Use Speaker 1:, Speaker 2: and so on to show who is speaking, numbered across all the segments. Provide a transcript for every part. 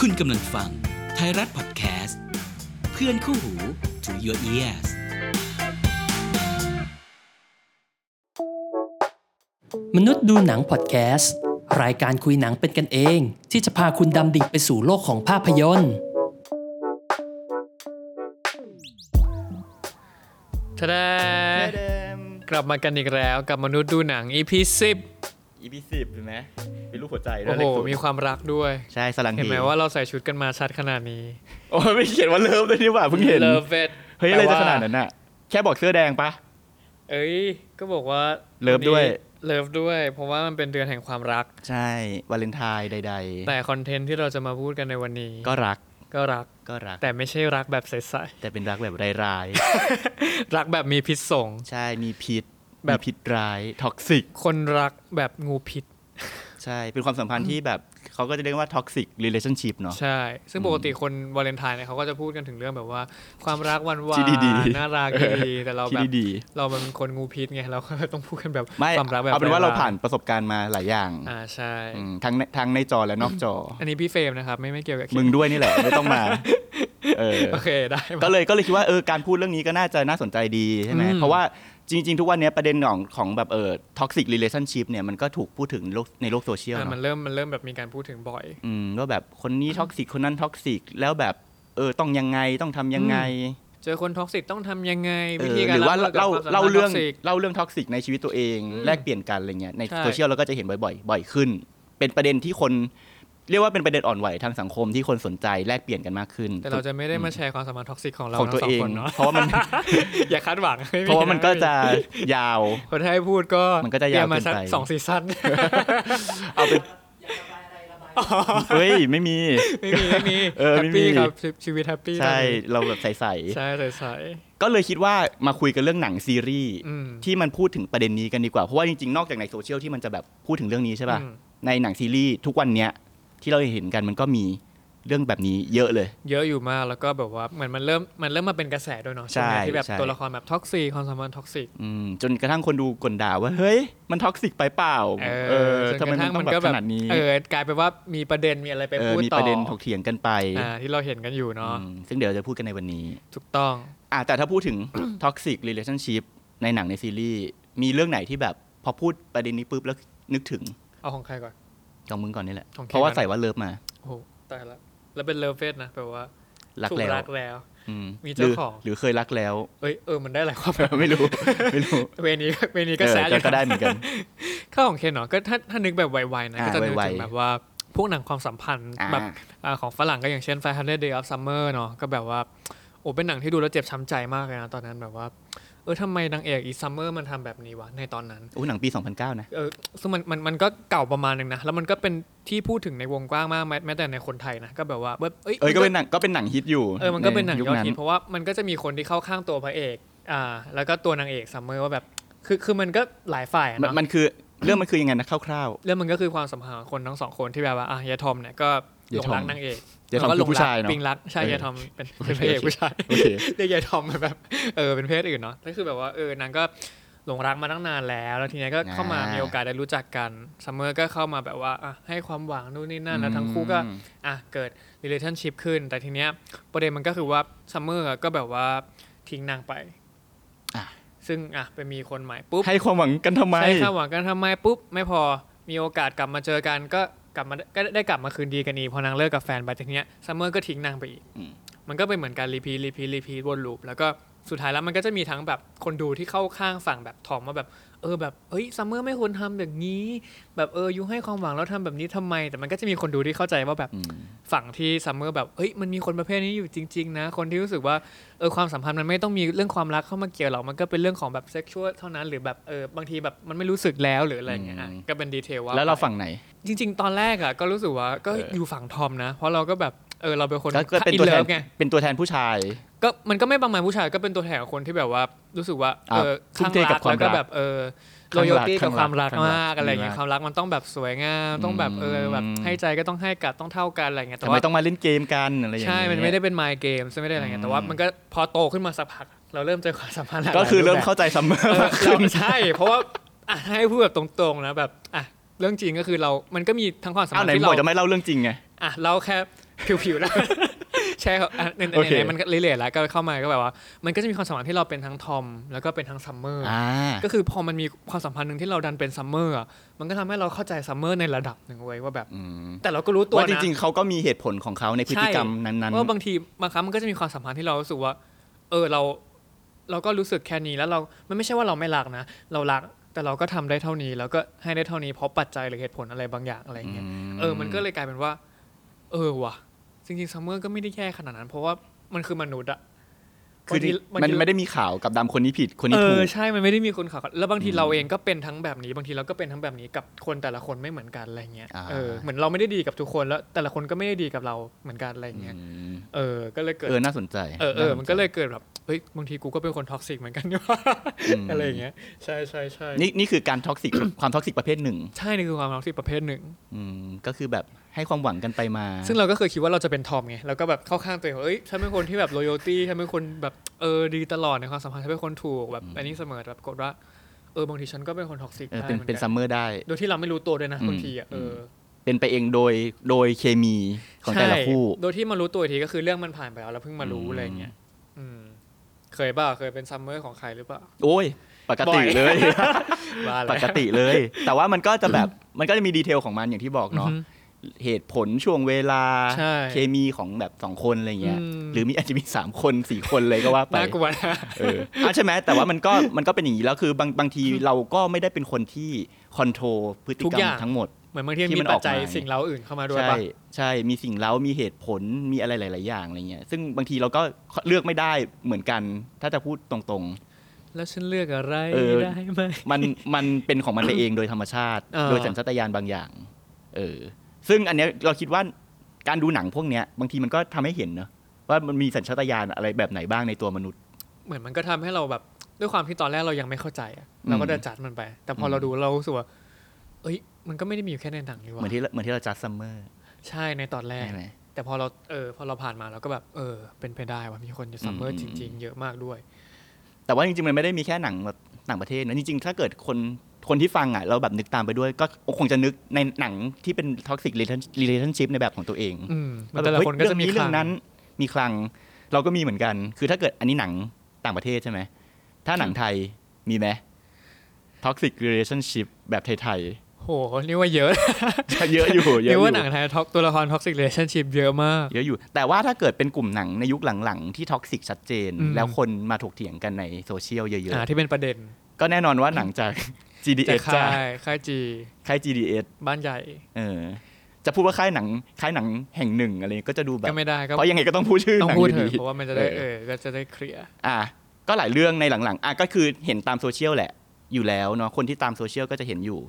Speaker 1: คุณกำลังฟังไทยรัฐพอดแคสต์ เพื่อนคู่หู to your ears
Speaker 2: มนุษย์ดูหนังพอดแคสต์ รายการคุยหนังเป็นกันเอง ที่จะพาคุณดำดิ่งไปสู่โลกของภาพยนตร์
Speaker 3: ทะแดงกลับมากันอีกแล้วกับมนุษย์ดูหนัง EP 10
Speaker 4: EP สิบเห็นไหมเป็นรูปหัวใจด้ว
Speaker 3: โอ้โห
Speaker 4: ยเลขศูนย์
Speaker 3: มีความรักด้วย
Speaker 4: ใช่สลัง
Speaker 3: เห็นไหม
Speaker 4: ฮี
Speaker 3: ว่าเราใส่ชุดกันมาชัดขนาดนี้
Speaker 4: โอ้ยไม่เขียนว่าเลิฟเลยนี่หว่าเพิ่งเห็น
Speaker 3: Love it
Speaker 4: เฮ้ยอะไร
Speaker 3: แปล
Speaker 4: จะ
Speaker 3: ว่
Speaker 4: ขนาดนั้นน่ะ แค่บอกเสื้อแดงปะ
Speaker 3: เอ้ย ก็บอกว่า
Speaker 4: Love ด้วย
Speaker 3: เลิฟด้วย เพราะว่ามันเป็นเดือนแห่งความรัก
Speaker 4: ใช่วาเลนไทน์ใด
Speaker 3: แต่คอนเทนต์ที่เราจะมาพูดกันในวันนี้
Speaker 4: ๆ ก็รัก
Speaker 3: ก็รัก
Speaker 4: ก็รัก
Speaker 3: แต่ไม่ใช่รักแบบใส
Speaker 4: แต่เป็นรักแบบร้าย
Speaker 3: ๆ รักแบบมีพิษสง
Speaker 4: ๆ ใช่มีพิษ
Speaker 3: แบบ
Speaker 4: มีพิษร้ายท็อกซิก
Speaker 3: คนรักแบบงูพิษ
Speaker 4: ใช่เป็นความสัมพันธ์ที่แบบเขาก็จะเรียกว่าท็อกซิกรีเลชั่นชิพเนาะ
Speaker 3: ใช่ ซึ่งปกติคนวาเลนไทน์เนี่ยเขาก็จะพูดกันถึงเรื่องแบบว่า ความรักหวันวา
Speaker 4: ที่
Speaker 3: น
Speaker 4: ดีๆ
Speaker 3: น่ารักดีๆแต่เรา
Speaker 4: ที่
Speaker 3: แบบ
Speaker 4: ดี
Speaker 3: เรามันเป็นคนงูพิษไงเราก็เลยต้องพูดกันแบบ
Speaker 4: ๆไม่
Speaker 3: ความรักแบบ
Speaker 4: เอาเป็นว่า
Speaker 3: ไร้
Speaker 4: เราผ่านประสบการณ์มาหลายอย่าง
Speaker 3: อ่าใช่
Speaker 4: อืมทั้งในทั้งในจอและนอกจอ
Speaker 3: อันนี้พี่เฟรมนะครับ ไม่ไม่เกี่ยวกับ
Speaker 4: มึงด้วยนี่แหละไม่ต้องมา เออ
Speaker 3: โอเคได้
Speaker 4: ก็
Speaker 3: มา
Speaker 4: เลยก็เลยคิดว่าเออการพูดเรื่องนี้ก็น่าจะน่าสนใจดีใช่ไหม
Speaker 3: อืม
Speaker 4: เพราะว่าจริง ๆ ทุกวันเนี้ยประเด็นของของแบบเออท็อกซิกรีเลชั่นชิพเนี่ยมันก็ถูกพูดถึงโลกในโลกโซเชียล
Speaker 3: อ่ะมัน
Speaker 4: เนาะ
Speaker 3: เริ่มมันเริ่มแบบมีการพูดถึงบ่อย
Speaker 4: อืมว่าแบบคนนี้ท็อกซิกคนนั้นท็อกซิกแล้วแบบเออต้องยังไงต้องทำยังไง
Speaker 3: เจอคนท็อกซิกต้องทำยังไง
Speaker 4: เอ
Speaker 3: วิ
Speaker 4: อ
Speaker 3: ธีการ
Speaker 4: หรือว่า
Speaker 3: บมือกับ
Speaker 4: เล่า
Speaker 3: ความสัมพันธ์
Speaker 4: เล่าเรื่
Speaker 3: ท็
Speaker 4: อง
Speaker 3: กซิก
Speaker 4: เล่าเรื่องท็อกซิกในชีวิตตัวเอง
Speaker 3: อืม
Speaker 4: แลกเปลี่ยนกันอะไรเงี้ยใน
Speaker 3: ใช่
Speaker 4: โซเชียลเราก็จะเห็นบ่อยๆบ่อยขึ้น เป็นประเด็นที่คนเรียกว่าเป็นประเด็นอ่อนไหวทางสังคมที่คนสนใจแลกเปลี่ยนกันมากขึ้น
Speaker 3: แต่เราจะไม่ได้มาแชร์ความสัมพันธ์ท็อกซิกของเรา
Speaker 4: ของ
Speaker 3: ทั้
Speaker 4: ตั
Speaker 3: ง
Speaker 4: ว
Speaker 3: สอ
Speaker 4: เอง ง
Speaker 3: คนเนาะ
Speaker 4: เพราะว่ามัน
Speaker 3: อย่าคาดหวังไ
Speaker 4: เพราะ ว่ามันก็จะยาว
Speaker 3: คนให้พูดก็
Speaker 4: มันก็จะ
Speaker 3: เตรี
Speaker 4: ยาวเกิน
Speaker 3: มาสัก
Speaker 4: ไป
Speaker 3: สองซีซั่น
Speaker 4: เอาเป็น เฮ้ย ไม่มี
Speaker 3: ไม่มีไม่มี
Speaker 4: เออ
Speaker 3: แฮ
Speaker 4: ไม่
Speaker 3: ป
Speaker 4: มี
Speaker 3: ปี้ครับชีชีวิตแฮปปี้
Speaker 4: ใช่เราแบบใส
Speaker 3: ใช่ใส่ใส่
Speaker 4: ๆก็เลยคิดว่ามาคุยกันเรื่องหนังซีรีส์
Speaker 3: อืม
Speaker 4: ที่มันพูดถึงประเด็นนี้กันดีกว่า เพราะว่าจริงๆ นอกจากในโซเชียลที่มันจะแบบพูดถึงเรื่องนี้ใช่ป่ะ
Speaker 3: อืม
Speaker 4: ในหนังซีรีส์ทุกวันเนี้ยที่เราเห็นกันมันก็มีเรื่องแบบนี้เยอะเลย
Speaker 3: เยอะอยู่มากแล้วก็แบบว่าเหมือนมันเริ่มมันเริ่มมาเป็นกระแสด้วยเนาะวงเนี้ย
Speaker 4: ใช่
Speaker 3: ที่แบบ
Speaker 4: ใช่
Speaker 3: ตัวละครแบบท็อกซิกความสัมพันธ์ท็อกซิก
Speaker 4: อืมจนกระทั่งคนดูกลด่าว่า เฮ้ย มันท็อกซิกไปเปล่า
Speaker 3: เออจน
Speaker 4: ทำ
Speaker 3: กระ
Speaker 4: ไมมั
Speaker 3: ทั่
Speaker 4: น
Speaker 3: ง
Speaker 4: ต้อ
Speaker 3: มัน
Speaker 4: งแบ
Speaker 3: ก็
Speaker 4: บ
Speaker 3: แบ
Speaker 4: ข
Speaker 3: บ
Speaker 4: นาดนี้
Speaker 3: เออกลายไปนว่ามีประเด็นมีอะไรไป
Speaker 4: เออ
Speaker 3: พูด
Speaker 4: มี
Speaker 3: ต่อ
Speaker 4: ประเด็นถกเถียงกันไป
Speaker 3: อ่าที่เราเห็นกันอยู่เนาะ
Speaker 4: อืมซึ่งเดี๋ยวจะพูดกันในวันนี้
Speaker 3: ถูกต้อง
Speaker 4: อ่ะแต่ถ้าพูดถึง toxic relationship ในหนังในซีรีส์ มีเรื่องไหนที่แบบพอพูดประเด็นนี้ปุ๊บแล้วนึกถึง
Speaker 3: เอาของใครก่อน
Speaker 4: ของมึงก่อนนี่แหละ
Speaker 3: ของเค
Speaker 4: เพราะว่า
Speaker 3: ก่อน
Speaker 4: ใส่ว่าเลิฟมา
Speaker 3: โอ้โหตายละแล้วเป็นเลิฟเฟสนะแปลว่า
Speaker 4: รัก
Speaker 3: ถูก
Speaker 4: แล้ว
Speaker 3: รักแล้ว
Speaker 4: อื
Speaker 3: มีเจ้าของ
Speaker 4: หรือหรือเคยรักแล้ว
Speaker 3: เอ้ยเออมันได้หลายความแบบ
Speaker 4: ไม่รู้ ไม่รู้
Speaker 3: เวนี้เวนี้ก็
Speaker 4: เออ
Speaker 3: แซะอยู่
Speaker 4: ก็ได้เหมือน กัน
Speaker 3: เข้าของเคนเนาะก็ถ้าถ้านึกแบบไวๆนะ
Speaker 4: อ่า
Speaker 3: ก็จะนึกถึง
Speaker 4: ไวๆ
Speaker 3: แบบว่าพวกหนังความสัมพันธ์
Speaker 4: อ่า
Speaker 3: แบบอ่าของฝรั่งก็อย่างเช่น 500 Days of Summer เนาะก็แบบว่าโอ้เป็นหนังที่ดูแล้วเจ็บช้ำใจมากเลยนะตอนนั้นแบบว่าเออทำไมนางเอกอีซัมเมอร์มันทำแบบนี้วะในตอนนั้น
Speaker 4: อู้หนังปี 2009 นะ
Speaker 3: เออซึ่งมันมันมันก็เก่าประมาณหนึ่งนะ แล้วมันก็เป็นที่พูดถึงในวงกว้างมากแม้แม้แต่ในคนไทยนะ ก็แบบว่าเว้ยเอ้ย
Speaker 4: เอ้ยก็
Speaker 3: มั
Speaker 4: เป็นหนังก็เป็นหนังฮิตอยู่
Speaker 3: เออมันก็เป็นหนัง
Speaker 4: ใยุค
Speaker 3: ยอด
Speaker 4: นั้น
Speaker 3: ฮิตเพราะว่ามันก็จะมีคนที่เข้าข้างตัวพระเอกอ่าแล้วก็ตัวนางเอกซัมเมอร์ว่าแบบคือคือมันก็หลายฝ่ายอะ
Speaker 4: มัน
Speaker 3: เนาะ
Speaker 4: มันคือเรื่องมันคือยังไงนะคร่าว
Speaker 3: เรื่องมันก็คือความสัมพันธ์ของคนทั้งสองคนที่แบบว่าอ่ะยายทอมเนี่ยก็หล
Speaker 4: ยาย
Speaker 3: ง
Speaker 4: ทอม
Speaker 3: รักนางเอก
Speaker 4: ๆเดี๋ยวทำคือผู้ชายเนาะ
Speaker 3: ปิงรัก
Speaker 4: เออย
Speaker 3: ใช่ายทอมเป็นเป็นพระเอก
Speaker 4: โอเค
Speaker 3: ผู้ ชาย
Speaker 4: โอเค
Speaker 3: เรียกยายทอมแบบเออเป็นเพศอื่นเนาะก็คือแบบว่าเออนางก็หลงรักมาตั้งนานแล้ว แล้วทีเนี้ยก็
Speaker 4: อ่า
Speaker 3: เข้ามามีโอกาสได้รู้จักกันซัมเมอร์ก็เข้ามาแบบว่าอ่ะให้ความหวังนู่นนี่นั่นแล้วทั้งคู่ก็
Speaker 4: อืม
Speaker 3: อ่ะเกิด relationship ขึ้น แต่ทีเนี้ยประเด็นมันก็คือว่าซัมเมอร์ก็แบบว่าทิ้งนางไป
Speaker 4: อ่ะ
Speaker 3: ซึ่งอ่ะไปมีคนใหม่ปุ๊บ
Speaker 4: ให้ความหวังกันทำไม
Speaker 3: ใช่ความหวังกันทำไมปุ๊บ ไม่พอมีโอกาสกลับมาเจอกันก็กลับมาก็ได้กลับมาคืนดีกันอีกพอนางเลิกกับแฟนไปทีเนี้ยซัมเมอร์ก็ทิ้งนางไปอีก
Speaker 4: อืม
Speaker 3: มันก็เป็นเหมือนการรีพีรีพีรีพีวนลูปแล้วก็สุดท้ายแล้วมันก็จะมีทั้งแบบคนดูที่เข้าข้างฝั่งแบบทอมว่าแบบ เออแบบเอ้ยซัมเมอร์ไม่ควรทำแบบนี้ แบบเออยูให้ความหวังแล้วทำแบบนี้ทำไม แต่มันก็จะมีคนดูที่เข้าใจว่าแบบ
Speaker 4: อืม
Speaker 3: ฝั่งที่ซัมเมอร์แบบเอ้ย มันมีคนประเภทนี้อยู่จริง ๆ นะ คนที่รู้สึกว่า เออ ความสัมพันธ์มันไม่ต้องมีเรื่องความรักเข้ามาเกี่ยวหรอก มันก็เป็นเรื่องของแบบเซ็กชวลเท่านั้น หรือแบบ เออ บางทีแบบ มันไม่รู้สึกแล้วหรืออะไรอย่างเงี้ยอ่ะ
Speaker 4: อืม
Speaker 3: ก็เป็นดีเทลว่า
Speaker 4: แล้วเรา
Speaker 3: ไป
Speaker 4: ฝั่งไหน
Speaker 3: จริง ๆ ตอนแรกอ่ะ ก็รู้สึกว่า ก็
Speaker 4: เอออ
Speaker 3: อยู่ฝั่งทอมนะ เพราะเราก็แบบ เออ เราเป็นคน
Speaker 4: ก็เป็นตัวแท
Speaker 3: อิ
Speaker 4: น
Speaker 3: ฟไง
Speaker 4: เป็นตัวแทนผู้ชาย
Speaker 3: ก็มันก็ไม่ประมาณผู้ชายก็เป็นตัวแทนของคนที่แบบว่ารู้สึกว่าเออ
Speaker 4: อ่ะทุ่
Speaker 3: ข้าม ง
Speaker 4: เทกั
Speaker 3: รับ ก
Speaker 4: ความ
Speaker 3: แล้วก็
Speaker 4: รัก
Speaker 3: แบบเออร
Speaker 4: ข้างรั
Speaker 3: อ
Speaker 4: ก
Speaker 3: ยตี้
Speaker 4: ข้าง
Speaker 3: กั
Speaker 4: รัก
Speaker 3: บความรัก
Speaker 4: ข้างรัก
Speaker 3: มากอะไรอย่างเงี้ย
Speaker 4: ข้างรั
Speaker 3: ค
Speaker 4: ก
Speaker 3: วามรักมันต้องแบบสวยงามต้องแบบเออแบบ
Speaker 4: อืม
Speaker 3: ให้ใจก็ต้องให้กัดต้องเท่ากันอะไรอย่างเงี้ย
Speaker 4: ทำ
Speaker 3: แต่
Speaker 4: ไม
Speaker 3: ว่า
Speaker 4: ต้องมาเล่นเกมกันอะไรอย่าง
Speaker 3: ใช่
Speaker 4: เงี้ย
Speaker 3: มันไม่ได้เป็น my game ใช่ไม่ได้อะไรเงี้ยแต่ว่า
Speaker 4: อืม
Speaker 3: มันก็พอโตขึ้นมาสักพักเราเริ่มเจอความสัมพันธ์หลากหลาย
Speaker 4: ก็คือเริ่ม
Speaker 3: ปแบบ
Speaker 4: เข้าใจซัมเมอ
Speaker 3: เอ
Speaker 4: ร์
Speaker 3: อ
Speaker 4: มากขึ้น
Speaker 3: เราใช่ เพราะว่าอ่ะให้พูดแบบตรงๆนะแบบอ่ะเรื่องจริงก็คือเรา มันก็มีทั้งความสัม
Speaker 4: เอา
Speaker 3: พัน
Speaker 4: ไหน
Speaker 3: ธ์ที่
Speaker 4: บอ
Speaker 3: เรา
Speaker 4: กจะไม่เล่าเรื่องจริงไง
Speaker 3: อ่ะเราแค่ ผิวๆแล้ว ใช่ครับอ่ะในใน
Speaker 4: โอเค
Speaker 3: ในมันเรื่อยๆแล้วก็เข้ามาก็แบบว่า มันก็จะมีความสัมพันธ์ที่เราเป็นทั้งทอมแล้วก็เป็นทั้งซัมเมอร์
Speaker 4: อ่า
Speaker 3: ก็คือพอมันมีความสัมพันธ์หนึ่งที่เราดันเป็นซัมเมอร์อะมันก็ทำให้เราเข้าใจซัมเมอร์ในระดับหนึ่งไว้ยว่าแบบ
Speaker 4: อืม
Speaker 3: แต่เราก็รู้ตัว
Speaker 4: ว่าจ
Speaker 3: นะ
Speaker 4: ริงๆเขาก็มีเหตุผลของเขาในพฤติกรรมนั้น
Speaker 3: เพราะว่าบางทีบางครั้งมันก็จะมีความสัมพันธ์ที่เรารู้สึกว่า เออเราเราก็รู้สึกแค่นี้แล้วเรา มันไม่ใช่ว่าเราไม่รักนะ เรารักแต่เราก็ทำได้เท่านี้ แล้วก็ให้ได้เท่านี้เพราะปัจจัยหรือเหตุผลอะไรบางอย่างอะไรอย่างเงี้ย
Speaker 4: ๆ
Speaker 3: เออมันก็เลยกลายเป็นว่า เออว่ะจริงๆซัมเมอร์ก็ไม่ได้แย่ขนาดนั้น เพราะว่ามันคือมนุษย์อะ
Speaker 4: คือบ
Speaker 3: างที
Speaker 4: มั
Speaker 3: บาง
Speaker 4: น
Speaker 3: ที
Speaker 4: ไม่ได้มีข่าวกับดำคนนี้ผิดคน
Speaker 3: เอ
Speaker 4: นี้ถู
Speaker 3: อก ใช่มันไม่ได้มีคนขาวแล้วบางที
Speaker 4: อืม
Speaker 3: เราเองก็เป็นทั้งแบบนี้บางทีเราก็เป็นทั้งแบบนี้กับคนแต่ละคนไม่เหมือนกันอะไรเงี้ย
Speaker 4: อ่า
Speaker 3: เออเหมือนเราไม่ได้ดีกับทุกคนแล้ว แต่ละคนก็ไม่ได้ดีกับเราเหมือนกันอะไรเงี้ย
Speaker 4: อืม
Speaker 3: เออก็เลยเกิด
Speaker 4: เออน่าสนใจ
Speaker 3: เออเออ
Speaker 4: าสใจ
Speaker 3: มันก็เลยเกิดแบบ เฮ้ย บางทีกูก็เป็นคนท็อกซิกเหมือนกันนี่หว่า
Speaker 4: ม
Speaker 3: อะไรอย่างเงี้ย ใช่ใช่ใช่
Speaker 4: นี่นี่คือการท็อกซิก ความท็อกซิกประเภทหนึ่ง
Speaker 3: ใช่ นี่คือความท็อกซิกประเภทหนึ่ง
Speaker 4: อืมก็คือแบบให้ความหวังกันไปมา
Speaker 3: ซึ่งเราก็เคยคิดว่าเราจะเป็นทอมไง เราก็แบบเข้าข้างตัวเองว่าเอ้ย ฉันเป็นคนที่แบบ loyalty ฉันเป็นคนแบบ เออ ดีตลอดในความสัมพันธ์ฉันเป็นคนถูกแบบ อันนี้เสมอแต่แบบกดว่า เออ บางทีฉันก็เป็นคนท็อกซิก
Speaker 4: เออ
Speaker 3: ได้
Speaker 4: เป็น
Speaker 3: หมือ
Speaker 4: เป็น
Speaker 3: กั
Speaker 4: ซัมเมอร์ได้
Speaker 3: โดยที่เราไม่รู้ตัวด้วยนะ
Speaker 4: อืม
Speaker 3: บางทีอ่ะ เออ
Speaker 4: เป็นไปเองโดยโดยเคมีของแต่ละ
Speaker 3: ใช่
Speaker 4: คู่
Speaker 3: โดยที่มารู้ตัวอีกทีก็คือเรื่องมันผ่านไปแล้วแล้วเพิ่งมารู้
Speaker 4: อืม
Speaker 3: อะไรอย่างเงี้ย อืม เคยเปล่าเคยเป็นซัมเมอร์ของใครหรือเปล่า
Speaker 4: โอ้ย ปก
Speaker 3: บ่
Speaker 4: ติ
Speaker 3: อย
Speaker 4: เลย
Speaker 3: ว่าแล้ว
Speaker 4: ปกติเลย แต่ว่ามันก็จะแบบมันก็จะมีดีเทลของมันอย่างที่บอกเนาะ
Speaker 3: อือฮึ
Speaker 4: เหตุผลช่วงเวลา
Speaker 3: ใช่
Speaker 4: เคมีของแบบสองคนอะไรเงี้ย
Speaker 3: อืม
Speaker 4: หรือมีอาจจะมีส ามคนสี่คนเลยก็ว่าไป
Speaker 3: น่ากลัวนะ
Speaker 4: เอออ่ะใช่ไหมแต่ว่ามันก็มันก็เป็นอย่างนี้แล้วคือบางบางทีเราก็ไม่ได้เป็นคนที่คอนโทรลพฤติ
Speaker 3: ทุก
Speaker 4: กร
Speaker 3: อ
Speaker 4: ร
Speaker 3: ย่าม ง
Speaker 4: ทั้งหมด
Speaker 3: เหมือนบางที
Speaker 4: ที่มั
Speaker 3: มี
Speaker 4: น
Speaker 3: ปัจจัย
Speaker 4: ออกมา
Speaker 3: สิ่งเร้าอื่นเข้ามาด้วย
Speaker 4: ใช่
Speaker 3: ปะ
Speaker 4: ใช่มีสิ่งเล้ามีเหตุผลมีอะไรหลาย ๆ อย่างอะไรเงี้ยซึ่งบางทีเราก็เลือกไม่ได้เหมือนกัน ถ้าจะพูดตรง
Speaker 3: แล้วฉันเลือกอะไร
Speaker 4: เออ
Speaker 3: ได้ไหม
Speaker 4: ๆ มัน มันเป็นของมันไปเองโดยธรรมชาติ
Speaker 3: เออ
Speaker 4: โดยสัญชาตญาณบางอย่างเออซึ่งอันเนี้ยเราคิดว่าการดูหนังพวกเนี้ย บางทีมันก็ทำให้เห็นเนอะว่ามันมีสัญชาตญาณอะไรแบบไหนบ้างในตัวมนุษย์
Speaker 3: เหมือนมันก็ทำให้เราแบบด้วยความที่ตอนแรกเรายังไม่เข้าใจอะเราก็จะจัดมันไป แต่พออ
Speaker 4: ม
Speaker 3: เราดูเรารู้สึกว่าเอ้ย มันก็ไม่ได้มีอยู่แค่ในหนังนี่ห
Speaker 4: เห
Speaker 3: ว่า
Speaker 4: มือนที่เหมือนที่เราจัดซัมเมอร์
Speaker 3: ใช่ในตอนแรก
Speaker 4: ใช่ไหม
Speaker 3: แต่พอเราเออพอเราผ่านมาเราก็แบบเออ เป็นไปได้ว่ามีคนจะซัมเมอ
Speaker 4: อื
Speaker 3: ร์
Speaker 4: ม
Speaker 3: จริง ๆ เยอะมากด้วย แต่
Speaker 4: แต่ว่าจริงๆ มันไม่ได้มีแค่หนังแบบต่างประเทศนะ จริงๆ ถ้าเกิดคนคนที่ฟังอ่ะเราแบบนึกตามไปด้วย ก็คงจะนึกในหนังที่เป็น toxic relation- relationship ในแบบของตัวเอง
Speaker 3: อืม
Speaker 4: ว่า
Speaker 3: แต่ละ
Speaker 4: บบ
Speaker 3: คนก็จะมี
Speaker 4: เรื่
Speaker 3: ค
Speaker 4: อง
Speaker 3: ลั
Speaker 4: นั้นมีคลังเราก็มีเหมือนกัน คือถ้าเกิดอันนี้หนังต่างประเทศใช่ไหม ถ้าหนังไทยมีไหม toxic relationship แบบไทย
Speaker 3: โหนี่ว่าเยอะ
Speaker 4: ๆ เยอะ อยู่เยอะ
Speaker 3: นี่
Speaker 4: อยู่
Speaker 3: ว่าหนังไทยท็อกตัวละครท็อกซิกเลชั่นชิพเยอะมาก
Speaker 4: เยอะอยู่ แต่ว่าถ้าเกิดเป็นกลุ่มหนังในยุคหลังๆ ที่ toxic ชัดเจน
Speaker 3: อืม
Speaker 4: แล้วคนมาถกเถียงกันในโซเชียลเยอะ
Speaker 3: อ่าที่เป็นประเด็น
Speaker 4: ๆ ก็แน่นอนว่าหนังจาก
Speaker 3: แต่
Speaker 4: GDS จ้า
Speaker 3: ค่ายค่ายจี
Speaker 4: ค่าย GDS
Speaker 3: บ้านใหญ่
Speaker 4: เออจะพูดว่าค่ายหนังค่ายหนังแห่งหนึ่งอะไรก็จะดูแบบ
Speaker 3: ก็ไม่ได้ก็
Speaker 4: เพราะยังไงก็ต้องพูดชื่อ
Speaker 3: ต้อง
Speaker 4: หนัง
Speaker 3: พูด
Speaker 4: อยู่
Speaker 3: เถ
Speaker 4: ดี
Speaker 3: อะเพราะว่ามันจะได้เออก็จะได้เคลียร์
Speaker 4: อ่ะก็หลายเรื่องในหลังๆอ่ะก็คือเห็นตามโซเชียลแหละ อยู่แล้วเนาะคนที่ตามโซเชียลก็จะเห็นอยู่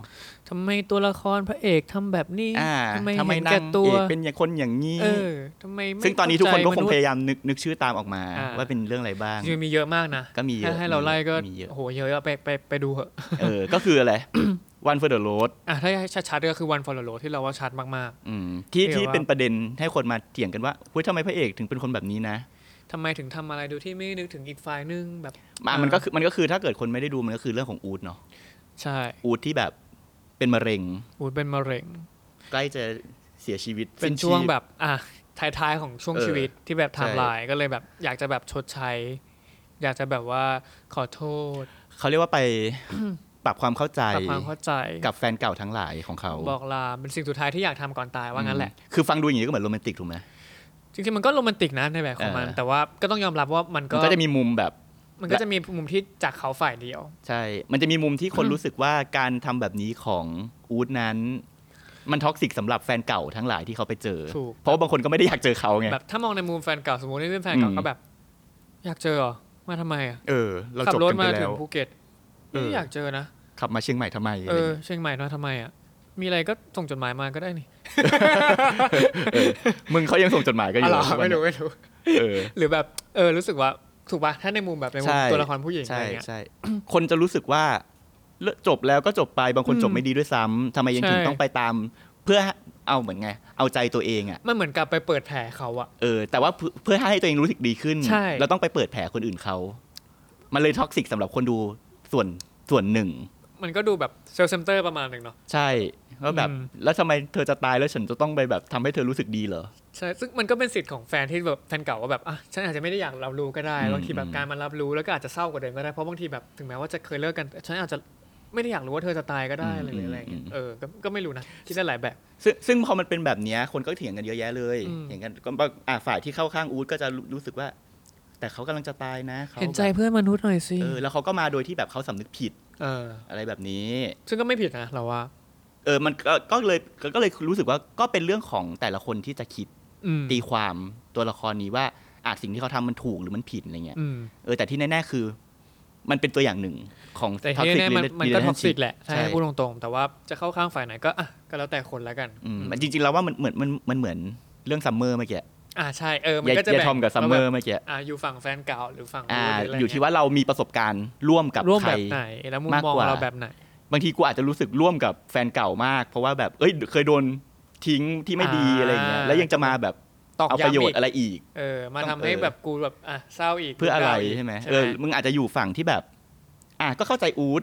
Speaker 3: ทำไมตัวละครพระเอกทำแบบนี้
Speaker 4: อ่า
Speaker 3: ทำไม
Speaker 4: ทำไม
Speaker 3: เห็น
Speaker 4: นา
Speaker 3: แก่
Speaker 4: ง
Speaker 3: ตัว
Speaker 4: เอกเป็นอย่างคนอย่างนี้
Speaker 3: เออทำไมไม่
Speaker 4: ซึ่งตอนนี้ทุกคนก็คง
Speaker 3: เข้า
Speaker 4: พ
Speaker 3: ใจมษย์
Speaker 4: ยายามนึกนึกชื่อตามออกมา
Speaker 3: อ่า
Speaker 4: ว่าเป็นเรื่องอะไรบ้าง
Speaker 3: จริงๆมีเยอะมากนะ
Speaker 4: ก็มีเยอะ
Speaker 3: ถ้าให้เราไล่ก็
Speaker 4: มีเยอะ
Speaker 3: โอ้โหเยอะอะไปไปไปดูเหอะ
Speaker 4: เออก็คืออะไร One for the Road
Speaker 3: อ่ะถ้าให้ชัดๆก็คือวันฟอลโลที่เราว่าชัดมาก
Speaker 4: อืมที่
Speaker 3: เรียก
Speaker 4: ที่
Speaker 3: ว่า
Speaker 4: เป็นประเด็นให้คนมาเถียงกันว่าเฮ้ยทำไมพระเอกถึงเป็นคนแบบนี้นะ
Speaker 3: ๆทำไมถึงทำอะไรโดยที่ไม่นึกถึงอีกฝ่ายนึงแบบ
Speaker 4: มา
Speaker 3: อ่ามั
Speaker 4: มันก็คือมันก็คือถ้าเกิดคนไม่ได้ดูมันก็คือเรื่องของอูดเนาะ
Speaker 3: ใช่
Speaker 4: อูดที่แบบเป็นมะเร็ง
Speaker 3: อูดเป็นมะเร็ง
Speaker 4: ใกล้จะเสียชีวิต
Speaker 3: เป็น
Speaker 4: สิ้
Speaker 3: ช่วง
Speaker 4: ชีพ
Speaker 3: แบบอ่ะท้ายๆของช่วง
Speaker 4: เออ
Speaker 3: ชีวิตที่แบบไทม์
Speaker 4: ใช่
Speaker 3: ไลน์ก็เลยแบบอยากจะแบบชดใช้ อยากจะแบบว่าขอโทษ
Speaker 4: เขาเรียกว่าไปปรับความเข้าใจ
Speaker 3: ปรับความเข้าใจ
Speaker 4: กับแฟนเก่าทั้งหลายของเขา
Speaker 3: บอกลาเป็นสิ่งสุดท้ายที่อยากทำก่อนตายว่างั้นแหละ
Speaker 4: อืมคือฟังดูอย่างนี้ก็เหมือนโรแมนติกถูกไหม
Speaker 3: จริงๆมันก็โรแมนติกนะในแบบของมัน
Speaker 4: เออ
Speaker 3: แต่ว่าก็ต้องยอมรับว่ามัน
Speaker 4: มั
Speaker 3: ก็
Speaker 4: นก็จะมีมุมแบบ
Speaker 3: มันก็จะมีมุมที่จากเขาฝ่ายเดียว
Speaker 4: ใช่ มันจะมีมุมที่คนรู้สึกว่าการทำแบบนี้ของอูดนั้น มันท็อกซิกสำหรับแฟนเก่าทั้งหลายที่เขาไปเจอ
Speaker 3: ถูก
Speaker 4: เพราะว่าบางคนก็ไม่ได้อยากเจอเขาไง
Speaker 3: แบบถ้ามองในมุมแฟนเก่าสมมติที่เป็นแฟนเก่า
Speaker 4: อืม
Speaker 3: ก็แบบ อยากเจอเหรอมาทำไมอ่ะ
Speaker 4: เออ เรา
Speaker 3: ขั
Speaker 4: จบ
Speaker 3: รถ
Speaker 4: กัน
Speaker 3: มา
Speaker 4: ไป
Speaker 3: ถึ
Speaker 4: แล้
Speaker 3: ง
Speaker 4: ว
Speaker 3: ภูเก็ต
Speaker 4: เออ
Speaker 3: ไม่อยากเจอนะ
Speaker 4: ขับมาเชียงใหม่ทำไม
Speaker 3: เอ
Speaker 4: อะ
Speaker 3: อ
Speaker 4: ไรเงี้ย
Speaker 3: เชียงใหม่มาทำไมอ่ะมีอะไรก็ส่งจดหมายมาก็ได้นี่
Speaker 4: มึงเขายังส่งจดหมายกันอ
Speaker 3: อ๋อยู่ เหรอ
Speaker 4: ทุกวัน
Speaker 3: ไม่รู้ไม่รู้
Speaker 4: เออ
Speaker 3: หรือแบบเออรู้สึกว่าถูกป่ะถ้าในมุมแบบในมุม
Speaker 4: ใช่
Speaker 3: ตัวละครผู้หญิงอะ
Speaker 4: ใช่
Speaker 3: ไรเงี้ย
Speaker 4: ใช่ คนจะรู้สึกว่าเลิกจบแล้วก็จบไปบางคน
Speaker 3: อืม
Speaker 4: จบไม่ดีด้วยซ้ำทำไมยัง
Speaker 3: ใช่
Speaker 4: ถึงต้องไปตาม เพื่อเอาเหมือนไง เอาใจตัวเองอ่ะ
Speaker 3: มันเหมือนกับไปเปิดแผลเขาอะ
Speaker 4: เออแต่ว่าเพื่อเพื่อให้ตัวเองรู้สึกดีขึ้น
Speaker 3: ใช่
Speaker 4: เราต้องไปเปิดแผลคนอื่นเขา มันเลยท็อกซิกสำหรับคนดูส่วนส่วนหนึ่ง
Speaker 3: มันก็ดูแบบเซลล์เซนเตอร์ประมาณหนึ่งเนาะ
Speaker 4: ใช่ว่าแบบ
Speaker 3: อืม
Speaker 4: แล้วทำไมเธอจะตายแล้วฉันจะต้องไปแบบทำให้เธอรู้สึกดีเหรอ
Speaker 3: ใช่ซึ่งมันก็เป็นสิทธิ์ของแฟนที่แบบแฟนเก่าว่าแบบอ่ะฉันอาจจะไม่ได้อยากรับรู้ก็ได้
Speaker 4: อืม
Speaker 3: บางทีแบบ
Speaker 4: อืม
Speaker 3: การมารับรู้แล้วก็อาจจะเศร้ากว่าเดิมก็ได้เพราะบางทีแบบถึงแม้ว่าจะเคยเลิกกันแต่ฉันอาจจะไม่ได้อยากรู้ว่าเธอจะตายก็ได้อะไรอย่างเงี้ยอะไรอย่างเงี้ยเออก็ก็ไม่รู้นะคิดได้หลายแบบ
Speaker 4: ซึ่งซึ่งพอมันเป็นแบบเนี้ยคนก็เถียงกันเยอะแยะเลย
Speaker 3: อืม
Speaker 4: อย่างกันก็บอกอ่ะฝ่ายที่เข้าข้างอู๊ดก็จะรู้รู้สึกว่า แต่เขากำลังจะตายนะขา
Speaker 3: เห็นใจเพื่อนมนุษย์หน่อยสิ
Speaker 4: เออแล้วเขาก็มาโดยที่แบบเขาสำนึกผิด
Speaker 3: เออ
Speaker 4: อะไรแบบนี้
Speaker 3: ซึ่งก็ไม่ผิดนะเราว่า
Speaker 4: เออมันก็ก็เลยก็เลยรู้สึกว่าก็เป็นเรื่องของแต่ละคนที่จะคิด
Speaker 3: อืม
Speaker 4: ตีความตัวละครนี้ว่าอาจสิ่งที่เขาทำมันถูกหรือมันผิดอะไรเงี้ย
Speaker 3: อืม
Speaker 4: เออแต่ที่แน่ๆคือ มันเป็นตัวอย่างหนึ่งของ
Speaker 3: แต่
Speaker 4: toxic
Speaker 3: ที่แน่ๆมัน
Speaker 4: rela-
Speaker 3: มันก็ท็อกซิก
Speaker 4: relationship
Speaker 3: แหละถ้า
Speaker 4: ใช่
Speaker 3: ให้พูดตรงๆ แต่ว่าจะเข้าข้างฝ่ายไหนก็อ่ะก็แล้วแต่คนแล้วกัน
Speaker 4: อืมมันจริงๆแล้วว่ามันเหมือนมันมันเหมือนเรื่องซัมเมอร์เมื่อกี้
Speaker 3: อ่าใช่เออมัน
Speaker 4: ยาย
Speaker 3: ก็จะ
Speaker 4: ยาย
Speaker 3: แบ่ง
Speaker 4: ทอมกับซัมเมอ
Speaker 3: ว่า
Speaker 4: ร์
Speaker 3: แบบ
Speaker 4: เมื่อกี้
Speaker 3: อ่าอยู่ฝั่งแฟนเก่าหรือฝั่ง
Speaker 4: อ่า
Speaker 3: หรืะไร
Speaker 4: อยู่ที่
Speaker 3: เงี้
Speaker 4: ว่าเรามีประสบการณ์ร่วมกับ
Speaker 3: ร่วม
Speaker 4: ใค
Speaker 3: แบ
Speaker 4: ร
Speaker 3: บไหนแล้วมุม
Speaker 4: มาก
Speaker 3: มอง
Speaker 4: กว่า
Speaker 3: เราแบบไหน
Speaker 4: บางทีกูอาจจะรู้สึกร่วมกับแฟนเก่ามาก เพราะว่าแบบเอ้ยเคยโดนทิ้งที่ไม่ดี
Speaker 3: อ่า
Speaker 4: อะไรเงี้ยแล้วยังจะมาแบบ
Speaker 3: ตอก
Speaker 4: เอาประโยชน์
Speaker 3: ำ
Speaker 4: อะไรอีก
Speaker 3: เออมา
Speaker 4: ต้อง
Speaker 3: ทำให้
Speaker 4: เออ
Speaker 3: แบบกูแบบอ่ะเศร้าอีก
Speaker 4: เพื่ออะไร
Speaker 3: กูดาวก
Speaker 4: ใช่ไหม
Speaker 3: ใช่
Speaker 4: เออมึงอาจจะอยู่ฝั่งที่แบบ อ่ะก็เข้าใจอูด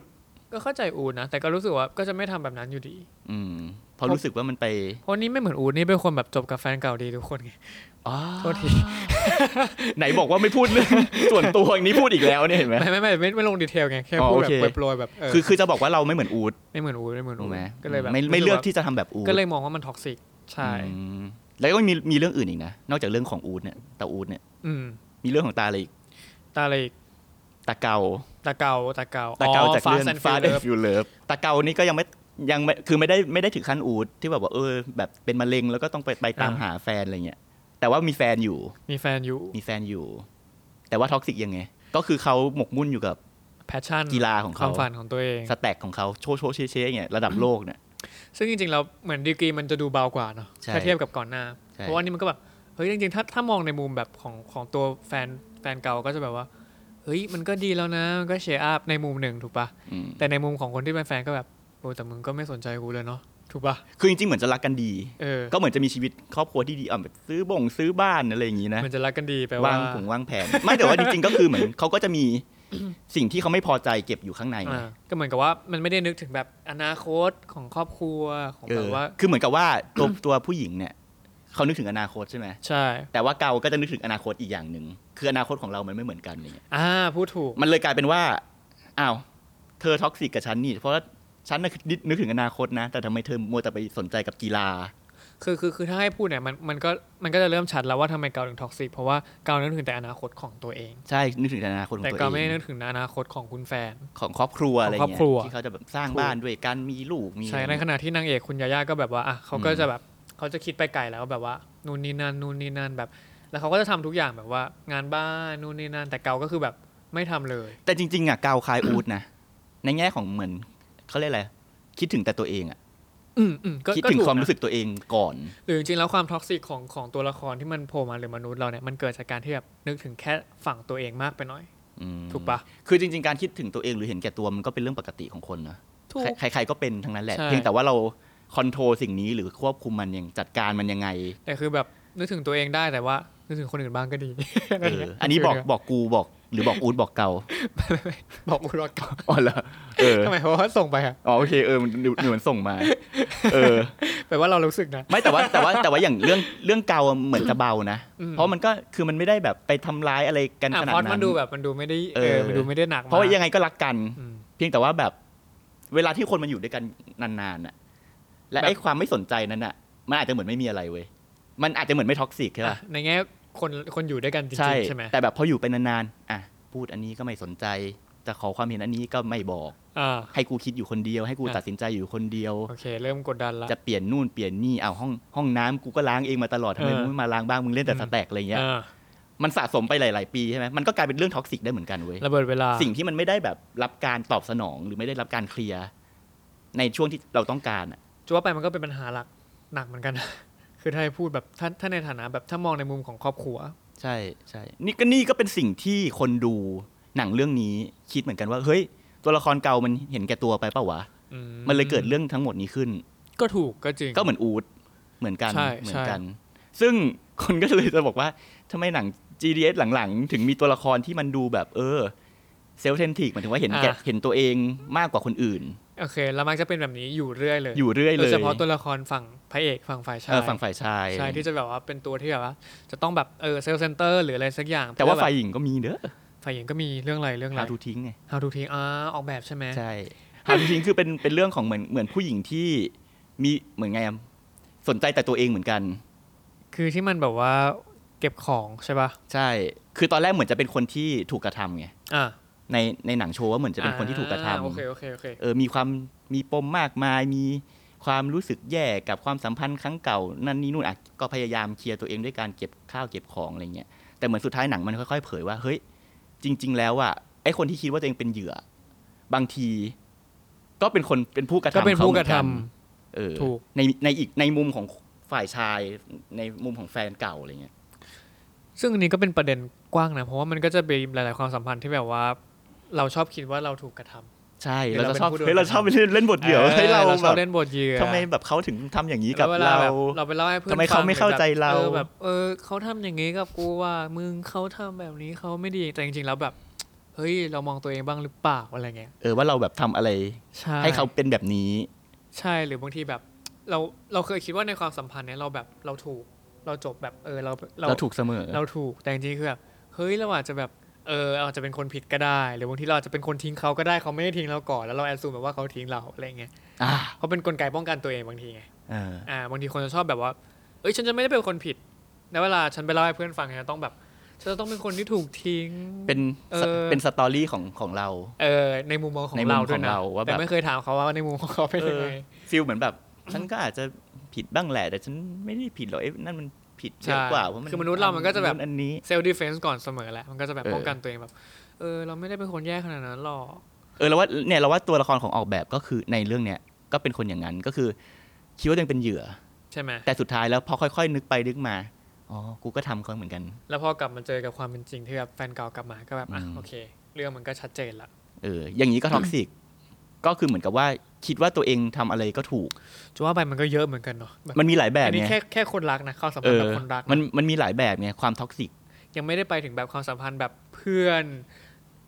Speaker 3: ก็เข้าใจอูดนะ แต่ก็รู้สึกว่าก็จะไม่ทำแบบนั้นอยู่ดี
Speaker 4: อืมเพอรู้สึกว่ามันไป
Speaker 3: เพราะนี่ไม่เหมือนอูดนี่เป็นคนแบบจบกับแฟนเก่าดีทุกคนไง
Speaker 4: อ๋อ
Speaker 3: โทษที
Speaker 4: ไหนบอกว่าไม่พูดเรื่อง ส่วนตัวอย่างนี้พูดอีกแล้วเนี่ยเห็นไหม
Speaker 3: ไม่ไม่ไม่ไม่ไม่ลงดีเทลไงแค่
Speaker 4: อ๋อ
Speaker 3: พูด
Speaker 4: โอ
Speaker 3: แบ
Speaker 4: เค
Speaker 3: บโปรยๆแบบเออ
Speaker 4: คือคือจะบอกว่าเราไม่เหมือนอูด
Speaker 3: ไม่เหมือนอูดไม่เหมือนอู
Speaker 4: ถู
Speaker 3: ด
Speaker 4: กไหม
Speaker 3: ก็เลยแบบ
Speaker 4: ไม่ไม่เลือก
Speaker 3: รู้สึว่า
Speaker 4: ที่จะทำแบบอูด
Speaker 3: ก็เลยมองว่ามันท็อกซิกใช่
Speaker 4: อืมแล้วก็มีมีเรื่องอื่นอีกนะ นอกจากเรื่องของอูดเนี่ยตาอูดเนี่ย
Speaker 3: อืม
Speaker 4: มีเรื่องของตาอะไรอีก
Speaker 3: ตาอะไรอีก
Speaker 4: ตาเกา
Speaker 3: ตาเกาตาเกา
Speaker 4: ตาเกาจาก
Speaker 3: ฟา
Speaker 4: เรื่อง
Speaker 3: แอนฟิล
Speaker 4: Fast
Speaker 3: เล
Speaker 4: and Furious ตาเกานี่ก็ยังไม่ยังไม่คือไม่ได้ไม่ได้ถึงขั้นอูดที่แบบว่าเออ แบบเป็นมะเร็งแล้วก็ต้องไปไปตาม
Speaker 3: อ่า
Speaker 4: หาแฟนอะไรเงี้ยแต่ว่ามีแฟนอยู่
Speaker 3: มีแฟนอยู่
Speaker 4: มีแฟนอยู่ แต่ว่าท็อกซิกยังไง ก็คือเขาหมกมุ่นอยู่กับ
Speaker 3: แพชชั่น
Speaker 4: กีฬาขอ
Speaker 3: ค
Speaker 4: ง
Speaker 3: วา
Speaker 4: เขา
Speaker 3: มฝันของตัวเอง
Speaker 4: สแต็กของเขาโชว์โชว์เชเชเงี้ยระดับโลกเนี่ย
Speaker 3: ซึ่งจริงๆเราเหมือนดีกรีมันจะดูเบากว่าเนาะ
Speaker 4: ใช่
Speaker 3: ถ้าเทียบกับก่อนหน้า
Speaker 4: ใช่
Speaker 3: เพราะว่านี่มันก็แบบเฮ้ยจริงๆถ้าถ้ามองในมุมแบบของของตัวแฟนแฟนเก่าก็จะแบบว่าเฮ้ยมันก็ดีแล้วนะมันก็เชียร์อัพในมุมหนึ่งถูกปะ
Speaker 4: อืม
Speaker 3: แต่ในมุมของคนที่เป็นแฟนก็แบบโอ้แต่มึงก็ไม่สนใจกูเลยเนาะถูกปะ
Speaker 4: คือจริงๆเหมือนจะรักกันดี
Speaker 3: เออ
Speaker 4: ก็เหมือนจะมีชีวิตครอบครัวที่ดีอ่ะแบบซื้อบ่งซื้อบ้านอะไรอย่างงี้นะ
Speaker 3: มันจะรักกันดีแปลว่า
Speaker 4: ว่างผงว่างแผน ไม่แต่ว่าจริงๆก็คือเหมือนเขาก็จะมีสิ่งที่เขาไม่พอใจเก็บอยู่ข้างใน
Speaker 3: อ่าก็เหมือนกับว่ามันไม่ได้นึกถึงแบบอนาคตของครอบครัวของ
Speaker 4: เอ
Speaker 3: แบ
Speaker 4: อบ
Speaker 3: ว่า
Speaker 4: คือเหมือนกับว่าตัวตัวผู้หญิงเนี่ยเขานึกถึงอนาคตใช่ไหม
Speaker 3: ใช่
Speaker 4: แต่ว่าเกาก็จะนึกถึงอนาคตอีกอย่างหนึ่งคืออนาคตของเรามันไม่เหมือนกันเนี่ย
Speaker 3: อ่าพูดถูก
Speaker 4: มันเลยกลายเป็นว่าอ้าวเธอท็อกซิกกับฉันนี่เพราะว่าฉันน่ะนึกถึงอนาคตนะ แต่ทำไมเธอมัวแต่ไปสนใจกับกีฬา
Speaker 3: คือคือคือถ้าให้พูดเนี่ยมันมันก็มันก็จะเริ่มชัดแล้วว่าทำไมเกาถึงท็อกซิกเพราะว่าเกานึกถึงแต่อนาคตของตัวเอง
Speaker 4: ใช่นึกถึงอนาคตของ
Speaker 3: แต่
Speaker 4: ตัว
Speaker 3: เกาไม่
Speaker 4: เอ
Speaker 3: ได้
Speaker 4: ง
Speaker 3: นึกถึงอนาคตของคุณแฟน
Speaker 4: ของครอบครัวอะไร
Speaker 3: ของครอ
Speaker 4: เงี้
Speaker 3: บ
Speaker 4: ย
Speaker 3: ครัว
Speaker 4: ที่เขาจะแบบสร้างบ้านด้วยกันมีลูกมี
Speaker 3: ใช่
Speaker 4: อะไร
Speaker 3: ใน
Speaker 4: เงี้ย
Speaker 3: ขณะที่นางเอกคุณยาย่าก็แบบว่าอ่ะเขาก็
Speaker 4: อืม
Speaker 3: จะแบบเขาจะคิดไปไกลแล้วแบบว่านู่นนี่นั่นนู่นนี่นั่นแบบ แล้วเขาก็จะทำทุกอย่างแบบว่า งานบ้านนู่นนี่นั่นแต่เกาก็คือแบบไม่ทำเลย
Speaker 4: แต่จริงๆอ่ะกาวคลายอูดนะ ในแง่ของเหมือนเขาเรียกอะไรคิดถึงแต่ตัวเองอ่ะ
Speaker 3: อืมอืมก็
Speaker 4: คิด
Speaker 3: ก็
Speaker 4: ถึง
Speaker 3: ถูก
Speaker 4: ความ
Speaker 3: นะ
Speaker 4: รู้สึกตัวเองก่อน
Speaker 3: หรือจริงๆแล้วความท็อกซิกของของตัวละครที่มันโผล่มาหรือมนุษย์เราเนี่ยมันเกิดจากการที่แบบนึกถึงแค่ฝั่งตัวเองมากไปหน่อย
Speaker 4: อืม
Speaker 3: ถูกปะ
Speaker 4: คือจริง ๆ การคิดถึงตัวเองหรือเห็นแก่ตัวมันก็เป็นเรื่องปกติของคนนะ
Speaker 3: ถูก
Speaker 4: ใครใครๆก็เป็นทั้งนั้นแหละ
Speaker 3: ใช่
Speaker 4: เพียงแต่ว่าเราคอนโทรลสิ่งนี้หรือควบคุมมันยังจัดการมันยังไง
Speaker 3: แต่คือแบบนึกถึงตัวเองได้แต่ว่านึกถึงคนอื่นบ้างก็ดี
Speaker 4: เอออันนี้บอกบอกกูบอกหรือบอกอูดบอกเกา
Speaker 3: บอกอุรอดก่อน
Speaker 4: อ๋อเหรอเออ
Speaker 3: ทำไมเพราะว่าส่งไปอะ
Speaker 4: อ๋อโอเคเออมันดูเหมือนส่งมา เออ
Speaker 3: แปลว่าเรารู้สึกนะ
Speaker 4: ไม่แต่ว่าแต่ว่าแต่ว่าอย่างเรื่องเรื่องเกาอะเหมือนจะเบานะ
Speaker 3: อืม
Speaker 4: เพราะมันก็คือมันไม่ได้แบบไปทำร้ายอะไรกัน
Speaker 3: อ่ะ
Speaker 4: ขนาด
Speaker 3: พอด
Speaker 4: นั้
Speaker 3: มัน นดูแบบมันดูไม่ได้เอ
Speaker 4: เอ
Speaker 3: อ
Speaker 4: อ
Speaker 3: มันดูไม่ได้หนักมก
Speaker 4: เพราะว่ายังไงก็รักกัน
Speaker 3: อืม
Speaker 4: เพียงแต่ว่าแบบเวลาที่คนมันอยู่ด้วยกันนานๆน่ะ และ
Speaker 3: แบบ
Speaker 4: ไอ้ความไม่สนใจนั้นน่ะ มันอาจจะเหมือนไม่มีอะไรเว้ยมันอาจจะเหมือนไม่ท็อกซิกใช่
Speaker 3: อ่ะ
Speaker 4: ป่ะ
Speaker 3: ในแง่คนคนอยู่ด้วยกันจริ
Speaker 4: ใช่
Speaker 3: งๆใช่ไหม
Speaker 4: แต่แบบพออยู่ไปนานๆอ่ะพูดอันนี้ก็ไม่สนใจ จะขอความเห็นอันนี้ก็ไม่บอก
Speaker 3: อ่า
Speaker 4: ให้กูคิดอยู่คนเดียว ให้กู
Speaker 3: อ่ะ
Speaker 4: ตัดสินใจอยู่คนเดียว
Speaker 3: โอเค เริ่มกดดันละ
Speaker 4: จะเปลี่ยนนู่นเปลี่ยนนี่เอาห้องห้องน้ำกูก็ล้างเองมาตลอดทำไม
Speaker 3: เออ
Speaker 4: มึงไม่มาล้างบ้างมึงเล่นแต่สแต็กอะไรเงี้ย
Speaker 3: อ่า
Speaker 4: มันสะสมไปหลายๆปีใช่ไหมมันก็กลายเป็นเรื่องท็อกซิกได้เหมือนกันเว้ย
Speaker 3: ระเบิดเวลา
Speaker 4: สิ่งที่มันไม่ได้แบบรับการตอบสนองหรือไม่ได้รับการเคลียร์ในช่วงที่เราต้องการอะ
Speaker 3: จะว่าไปมันก็เป็นปัญหาหลักหนักเหมือนกัน นะ คือถ้าให้พูดแบบถ้าถ้าในฐานะแบบถ้ามองในมุมของครอบครัว
Speaker 4: ใช่ใช่นี่ก็นี่ก็เป็นสิ่งที่คนดูหนังเรื่องนี้คิดเหมือนกันว่า เฮ้ย ตัวละครเก่ามันเห็นแก่ตัวไปเปล่าวะ
Speaker 3: อื
Speaker 4: มันเลยเกิดเรื่องทั้งหมดนี้ขึ้น
Speaker 3: ก็ถูกก็จริง
Speaker 4: ก็เหมือนอูดเหมือนกัน
Speaker 3: ใช่
Speaker 4: เหมือนกัน ซึ่ง คนก็เลยจะบอกว่าทำไมหนัง G D S หลังๆ ถึงมีตัวละครที่มันดูแบบ เออเซลเทนทิกหมายถึงว่าเห็นแก่
Speaker 3: อ่ะ
Speaker 4: เห็นตัวเองมากกว่าคนอื่น
Speaker 3: เ โอเค แล้วมักจะเป็นแบบนี้อยู่เรื่อยเลย
Speaker 4: อยู่เรื่อย
Speaker 3: โด
Speaker 4: เลย ย
Speaker 3: เฉพาะตัวละครฝั่งพระเอกฝั่งฝ่ายชา
Speaker 4: เอย อฝั่งฝ่ายชาย
Speaker 3: ใช่ที่จะแบบว่าเป็นตัวที่แบบว่า จะต้องแบบเออเซลล์เซ็นเตอร์หรืออะไรสักอย่าง
Speaker 4: แต่ว่า
Speaker 3: เพื่อบบ
Speaker 4: ฝ่ายหญิงก็มีเด้อ
Speaker 3: ฝ่ายหญิงก็มีเรื่องอะไรเรื่องอะไร
Speaker 4: หาทูทิ้งไง
Speaker 3: How to ทิ้งอ่าออกแบบใช่ไหม
Speaker 4: ใช่หาทูทิ้งคือเป็นเป็นเรื่องของเหมือนเหมือนผู้หญิงที่มีเหมือนไงอะสนใจแต่ตัวเองเหมือนกัน
Speaker 3: คือที่มันแบบว่าเก็บของใช่ป่ะ
Speaker 4: ใช่ คือตอนแรกเหมือนจะเป็นคนที่ถูกกระทำไง
Speaker 3: อ่า
Speaker 4: ในในหนังโชว์ว่าเหมือนจะเป็นคนที่ถูกกระทำ
Speaker 3: โอเคโอเคโอเค
Speaker 4: เออมีความมีปมมากมาย มีความรู้สึกแย่กับความสัมพันธ์ครั้งเก่า นั่นนี่นู่นอ่ะก็พยายามเคลียร์ตัวเองด้วยการเก็บข้าวเก็บของอะไรเงี้ย แต่เหมือนสุดท้ายหนังมันค่อยๆ เผยว่า เฮ้ย จริง ๆ แล้วอ่ะไอคนที่คิดว่าตัวเองเป็นเหยื่อ บางที ก็เป็นคนเป็นผู้กระทำ
Speaker 3: ก็เป็นผู้
Speaker 4: ขาก หมื
Speaker 3: ระ
Speaker 4: อ
Speaker 3: ทำ
Speaker 4: นนเออ
Speaker 3: ถูก
Speaker 4: ในในอีกในมุมของฝ่ายชายในมุมของแฟนเก่าอะไรเงี้ย
Speaker 3: ซึ่งอันนี้ก็เป็นประเด็นกว้างนะ เพราะว่ามันก็จะเป็นหลาย ๆ ความสัมพันธ์ที่แบบว่า เราชอบคิดว่าเราถูกกระทำ
Speaker 4: ใช่
Speaker 3: หรือ
Speaker 4: เราจะชอบ
Speaker 3: เราเป็นผู้โดน
Speaker 4: เฮ้ยเราชอบ
Speaker 3: กระทำ
Speaker 4: เล่นเล่นบทเหยื่อเฮ้ยเรา
Speaker 3: ช
Speaker 4: แบ
Speaker 3: อบบ เล่นบทเหยื่อ
Speaker 4: ทำไมแบบเขาถึงทำอย่างนี้กับ
Speaker 3: แล้ววล
Speaker 4: เรา
Speaker 3: แบบเราไปเล่าให้เพื่อน
Speaker 4: ทำไมเขา
Speaker 3: ฟัง
Speaker 4: ไม่เข้าใจ
Speaker 3: แบบ
Speaker 4: เรา
Speaker 3: ออแบบ เออเขาทำอย่างนี้กับกูว่ามึงเขาทำแบบนี้เขาไม่ดีแต่จริง ๆ แล้วแบบ เฮ้ยเรามองตัวเองบ้างหรือเปล่าอะไรเงี้ย
Speaker 4: เออว่าเราแบบทำอะไร
Speaker 3: ใช่
Speaker 4: ให้เขาเป็นแบบนี้
Speaker 3: ใช่หรือบางทีแบบ เราเราเคยคิดว่าในความสัมพันธ์เนี้ยเราแบบเราถูกเราจบแบบเออเรา
Speaker 4: เราถูกเสมอ
Speaker 3: เราถูกแต่จริงๆคือแบบเฮ้ยเราอาจจะแบบเออเราอาจจะเป็นคนผิดก็ได้ หรือบางทีเราอาจจะเป็นคนทิ้งเขาก็ได้เขาไม่ได้ทิ้งเราก่อนแล้วเราแอนซูมแบบว่าเขาทิ้งเราอะไรเงี้ย
Speaker 4: อ่า
Speaker 3: เขาะเป็นกลไกป้องกันตัวเองบางทีไง
Speaker 4: เออ
Speaker 3: อ่าบางทีคนจะชอบแบบว่าเอ้ยฉันจะไม่ได้เป็นคนผิดในเวลาฉันไปเล่าให้เพื่อนฟังเนี่ยต้องแบบฉันจะต้องเป็นคนที่ถูกทิ้ง
Speaker 4: เป็น
Speaker 3: เออ
Speaker 4: เป็นสตอรี่ของของเรา
Speaker 3: เออในมุมมองของ
Speaker 4: ในมุม
Speaker 3: เราด้วย
Speaker 4: ของ
Speaker 3: นะ
Speaker 4: เราว่าแบบ
Speaker 3: แต่ไม่เคยถามเขาว่าในมุมของเขาเป็นยังไง
Speaker 4: ฟิลเหมือนแบบ ฉันก็อาจจะผิดบ้างแหละ แต่ฉันไม่ได้ผิดหรอกเอ้ยนั่นมันผิดเยอะ
Speaker 3: ใช่
Speaker 4: กว่าเพราะมัน
Speaker 3: คือมนุษย์เรามันก็จะแบบ
Speaker 4: อันนี้
Speaker 3: เซลล์ดีเฟนซ์ก่อนเสมอแหละมันก็จะแบบ
Speaker 4: เออ
Speaker 3: ป้องกันตัวเองแบบเออเราไม่ได้เป็นคนแย่ขนาดนั้นหรอก
Speaker 4: เออเราว่าเนี่ยเราว่าตัวละครของออกแบบก็คือในเรื่องเนี่ยก็เป็นคนอย่างนั้นก็คือคิดว่าตัวเองเป็นเหยื่อ
Speaker 3: ใช่ไหม
Speaker 4: แต่สุดท้ายแล้วพอค่อยๆ นึกไปนึกมาอ๋อกูก็ทำเขาเหมือนกัน
Speaker 3: แล้วพอกลับมาเจอกับความเป็นจริงที่แบบแฟนเก่ากลับมาก็แบบอ่ะ
Speaker 4: อืม
Speaker 3: โอเค เรื่องมันก็ชัดเจนละ
Speaker 4: เอออย่างนี้ก็ท็อกซิกก็คือเหมือนกับว่าคิดว่าตัวเองทำอะไรก็ถูก
Speaker 3: จะว่าไปมันก็เยอะเหมือนกันเนาะแบบ
Speaker 4: มันมีหลายแบบ
Speaker 3: อันนี้
Speaker 4: ไง
Speaker 3: แค่แค่คนรักนะความสัม
Speaker 4: เอ
Speaker 3: พันธ์
Speaker 4: อ
Speaker 3: แบบคนรักนะ
Speaker 4: มันมันมีหลายแบบไงความท็อกซิก
Speaker 3: ยังไม่ได้ไปถึงแบบความสัมพันธ์แบบเพื่อน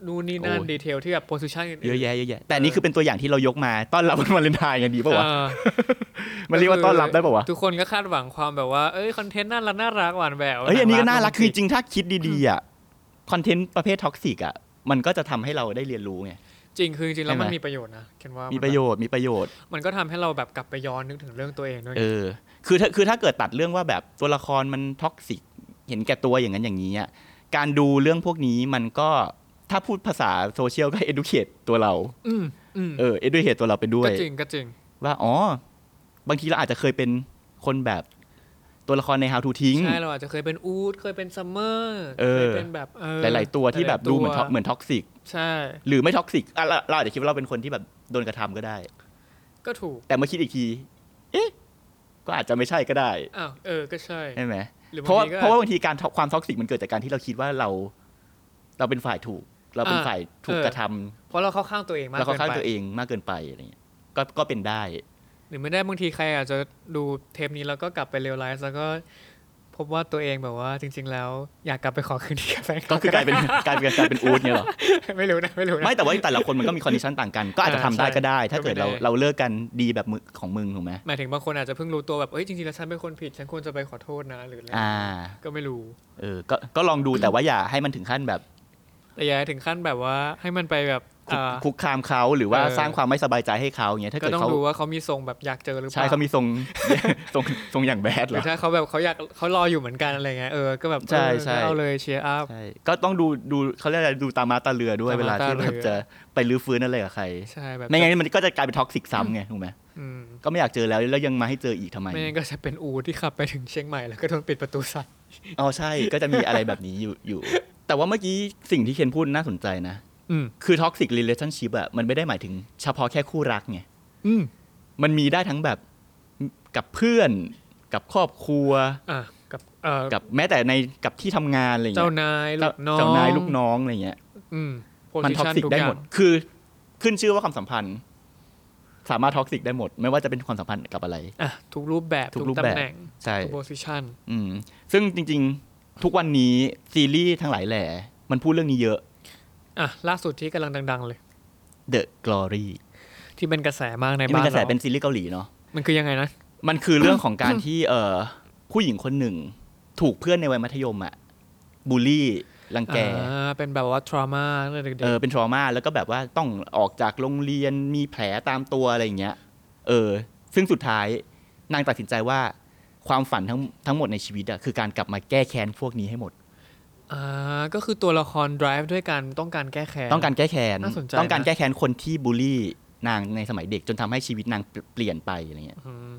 Speaker 3: นู่นนี่นั่น
Speaker 4: โอ้ย
Speaker 3: ดีเทลที่แบบโพสิชัน
Speaker 4: เยอะแยะเยอะแยะแต่อันนี้คือเป็นตัวอย่างที่เรายกมาต้อนรับวันวาเลนไทน์กันดีป่าวะมันเรียกว่าต้อนรับได้ป่าวะ
Speaker 3: ทุกคนก็คาดหวังความแบบว่าเอ้ยคอนเทนต์น่ารักน่ารักหวานแหวว
Speaker 4: เอ้ยอันนี้ก็น่ารักคือจ
Speaker 3: จริง
Speaker 4: ริงๆถ้าคิดดีๆอ่ะคอนเทนต์ประเภทท็อกซิกอ่ะมันก็จะทำให้เราได้เรียนรู้ไง
Speaker 3: จริงคือจริงๆแล้วมัน
Speaker 4: ใช่ไหม
Speaker 3: มีประโยชน์นะเคนว่า
Speaker 4: มี
Speaker 3: มี
Speaker 4: ประโยชน์มีประโยชน์
Speaker 3: มันก็ทำให้เราแบบกลับไปย้อนนึกถึงเรื่องตัวเองด้วย
Speaker 4: เออคือถ้าคือถ้าเกิดตัดเรื่องว่าแบบตัวละครมันท็อกซิกเห็นแก่ตัวอย่างนั้นอย่างนี้อ่ะการดูเรื่องพวกนี้มันก็ถ้าพูดภาษาโซเชียลก็ educate ตัวเรา
Speaker 3: อืมอืม
Speaker 4: เออ educate ตัวเราไปด้วย
Speaker 3: ก็จริงก็จริง
Speaker 4: ว่าอ๋อบางทีเราอาจจะเคยเป็นคนแบบตัวละครใน How to ทิ้ง
Speaker 3: ใช่เราอาจจะเคยเป็นอูดเคยเป็นซัมเมอร์
Speaker 4: เออ
Speaker 3: เคยเป็นแบบเออ
Speaker 4: หลาย ๆ ตัวที่แบบ
Speaker 3: หลายๆ
Speaker 4: ดูเหมือนท็อก
Speaker 3: ตัว
Speaker 4: เหมือนท็อกซิก
Speaker 3: ใช่
Speaker 4: หรือไม่ท็อกซิกอ่ะเราเราอาจจะคิดว่าเราเป็นคนที่แบบโดนกระทำก็ได้
Speaker 3: ก็ถูก
Speaker 4: แต่เมื่อคิดอีกที เอ๊ะ ก็อาจจะไม่ใช่ก็ได้
Speaker 3: อ้าวเออก็ใช่
Speaker 4: ใช่ไหม
Speaker 3: หอบ
Speaker 4: เพราะว่า
Speaker 3: ทีก็
Speaker 4: เพราะว่าบางทีการความท็อกซิกมันเกิดจากการที่เราคิดว่าเรา เราเป็นฝ่ายถูก เราเป็น
Speaker 3: อ่า
Speaker 4: ฝ่ายถูก
Speaker 3: เออ
Speaker 4: กระทำ
Speaker 3: เพราะเราเข้าข้างตัวเองมาก
Speaker 4: เรา
Speaker 3: เกิ
Speaker 4: เข้านข้าง
Speaker 3: ไป
Speaker 4: ตัวเองมากเกินไปอะไรเงี้ยก็ก็เป็น ได้
Speaker 3: หรือไม่ได้บางทีใครอาจจะดูเทปนี้แล้วก็กลับไปเรียลไลซ์แล้วก็พบว่าตัวเองแบบว่าจริง ๆ แล้วอยากกลับไปขอคืนดีกับแฟน
Speaker 4: ก็คือกลายเป็นกลายเป็นกลายเป็นอูด เนี่ยเหรอ
Speaker 3: ไม่รู้นะไม่รู้นะ
Speaker 4: ไม่แต่ว่าแต่ละคนมันก็มีคอนดิชันต่างกัน ก็อาจจะทำได้ก็ได้ ถ้าเกิดเรา
Speaker 3: ก็เป็นไปได้
Speaker 4: เราเลิกกันดีแบบมึงของมึงถูกไหม
Speaker 3: หมายถึงบางคนอาจจะเพิ่งรู้ตัวแบบเอ้ยจริงๆแล้วฉันเป็นคนผิดฉันควรจะไปขอโทษนะหรืออะไร
Speaker 4: อ่า
Speaker 3: ก็ไม่รู้
Speaker 4: เออก็ก็ลองดูแต่ว่าอย่าให้มันถึงขั้นแบบ
Speaker 3: แต่อยายถึงขั้นแบบว่าให้มันไปแบบ
Speaker 4: คุก
Speaker 3: อ่า
Speaker 4: คุกคามเขาหรือว่า
Speaker 3: เออ
Speaker 4: สร้างความไม่สบายใจให้เขาอย่างเงี้ยถ้า
Speaker 3: ก็
Speaker 4: เกิด
Speaker 3: ต้อง
Speaker 4: เขา
Speaker 3: ดูว่าเขามีทรงแบบอยากเจอหรือเป
Speaker 4: ใช่
Speaker 3: ล่า
Speaker 4: เขามีทรง ทรงทรงอย่างแบด
Speaker 3: ห
Speaker 4: เหร
Speaker 3: รือ
Speaker 4: อ
Speaker 3: ถ้าเขาแบบเขาอยากเขารออยู่เหมือนกันอะไรเงี้ยเออก็แบบ
Speaker 4: ใช่ใช่
Speaker 3: เออเอาเลยเชียร์อัพ
Speaker 4: ใช่ก็ต้องดูดูเขาเรียกอะไรดูตามาตาเรือด้วย
Speaker 3: ตาม้า
Speaker 4: เวลาที่
Speaker 3: ตาเรือ
Speaker 4: แบบจะไปรื้อฟื้นอะไรกับใคร
Speaker 3: ใช่แบบ
Speaker 4: ไม่งั้นมันก็จะกลายเป็นท็อกซิกซ้ำไงถูกไหม
Speaker 3: อืม
Speaker 4: ก็ไม่อยากเจอแล้วแล้วยังมาให้เจออีกทำไม
Speaker 3: ไม่งั้นก็จะเป็นอูที่ขับไปถึงเชียงใหม่แล้วก็โดนปิดประตูใส่
Speaker 4: อ๋อใช่ก็จะมีอะไรแบบนี้อยู่อยู่ แต่ว่าเมื่อกี้สิ่งที่เคนพูดน่าสนใจนะ
Speaker 3: อืม
Speaker 4: คือ toxic relationship อะมันไม่ได้หมายถึงเฉพาะแค่คู่รักไง
Speaker 3: อืม
Speaker 4: มันมีได้ทั้งแบบกับเพื่อน กับครอบครัว
Speaker 3: อ่ะกับเอ่อ
Speaker 4: กับแม้แต่ในกับที่ทำงานอะไร
Speaker 3: เจ้า
Speaker 4: เงี้ย
Speaker 3: นายลู
Speaker 4: เจ้าก
Speaker 3: น้อง
Speaker 4: เจ้านายลูกน้องอะไรเงี้ย
Speaker 3: อืม
Speaker 4: มัน
Speaker 3: position
Speaker 4: ท็อกซิก
Speaker 3: ทุ
Speaker 4: ได้
Speaker 3: ย่า
Speaker 4: หมด
Speaker 3: ง
Speaker 4: คือขึ้นชื่อว่าความสัมพันธ์ สามารถท็อกซิกได้หมด ไม่ว่าจะเป็นความสัมพันธ์กับอะไร
Speaker 3: อ่ะทุกรูปแบบ
Speaker 4: ทุกรูปแบบ
Speaker 3: ตำแหน่ง
Speaker 4: ใช่
Speaker 3: ทุกโพสิชัน
Speaker 4: อืมซึ่งจริง ๆ ทุกวันนี้ซีรีส์ทั้งหลายแหล่ มันพูดเรื่องนี้เยอะ
Speaker 3: อ่ะล่าสุดที่กำลังดัง ๆ เลย
Speaker 4: The Glory
Speaker 3: ที่เป็นกระแสมากใน
Speaker 4: ที่เป็
Speaker 3: บ้านน
Speaker 4: กระแส
Speaker 3: เรา
Speaker 4: เป็นซีรีส์เกาหลีเนาะ
Speaker 3: มันคือยังไงนะ
Speaker 4: มันคือเรื่องของการ ที่เออผู้หญิงคนหนึ่ง ถูกเพื่อนในวัยมัธยมอะบูลลี่รังแก
Speaker 3: อ่าเป็นแบบว่า trauma เรื่องเด็ก
Speaker 4: เออเป็นทรมาแล้วก็แบบว่าต้องออกจากโรงเรียนมีแผลตามตัวอะไรอย่างเงี้ย เออ ซึ่งสุดท้ายนางตัดสินใจว่าความฝันทั้งทั้งหมดในชีวิตอะคือการกลับมาแก้แค้นพวกนี้ให้หมด
Speaker 3: ๆอ่าก็คือตัวละคร drive ด้วยการต้องการแก้แค้น
Speaker 4: ต้องการแก้แค้น
Speaker 3: น่าสนใจ
Speaker 4: ต้องการ
Speaker 3: นะ
Speaker 4: แก้แค้นคนที่บูลลี่นางในสมัยเด็กจนทำให้ชีวิตนางเปลี่ยนไปอะไรเงี้ย
Speaker 3: อืม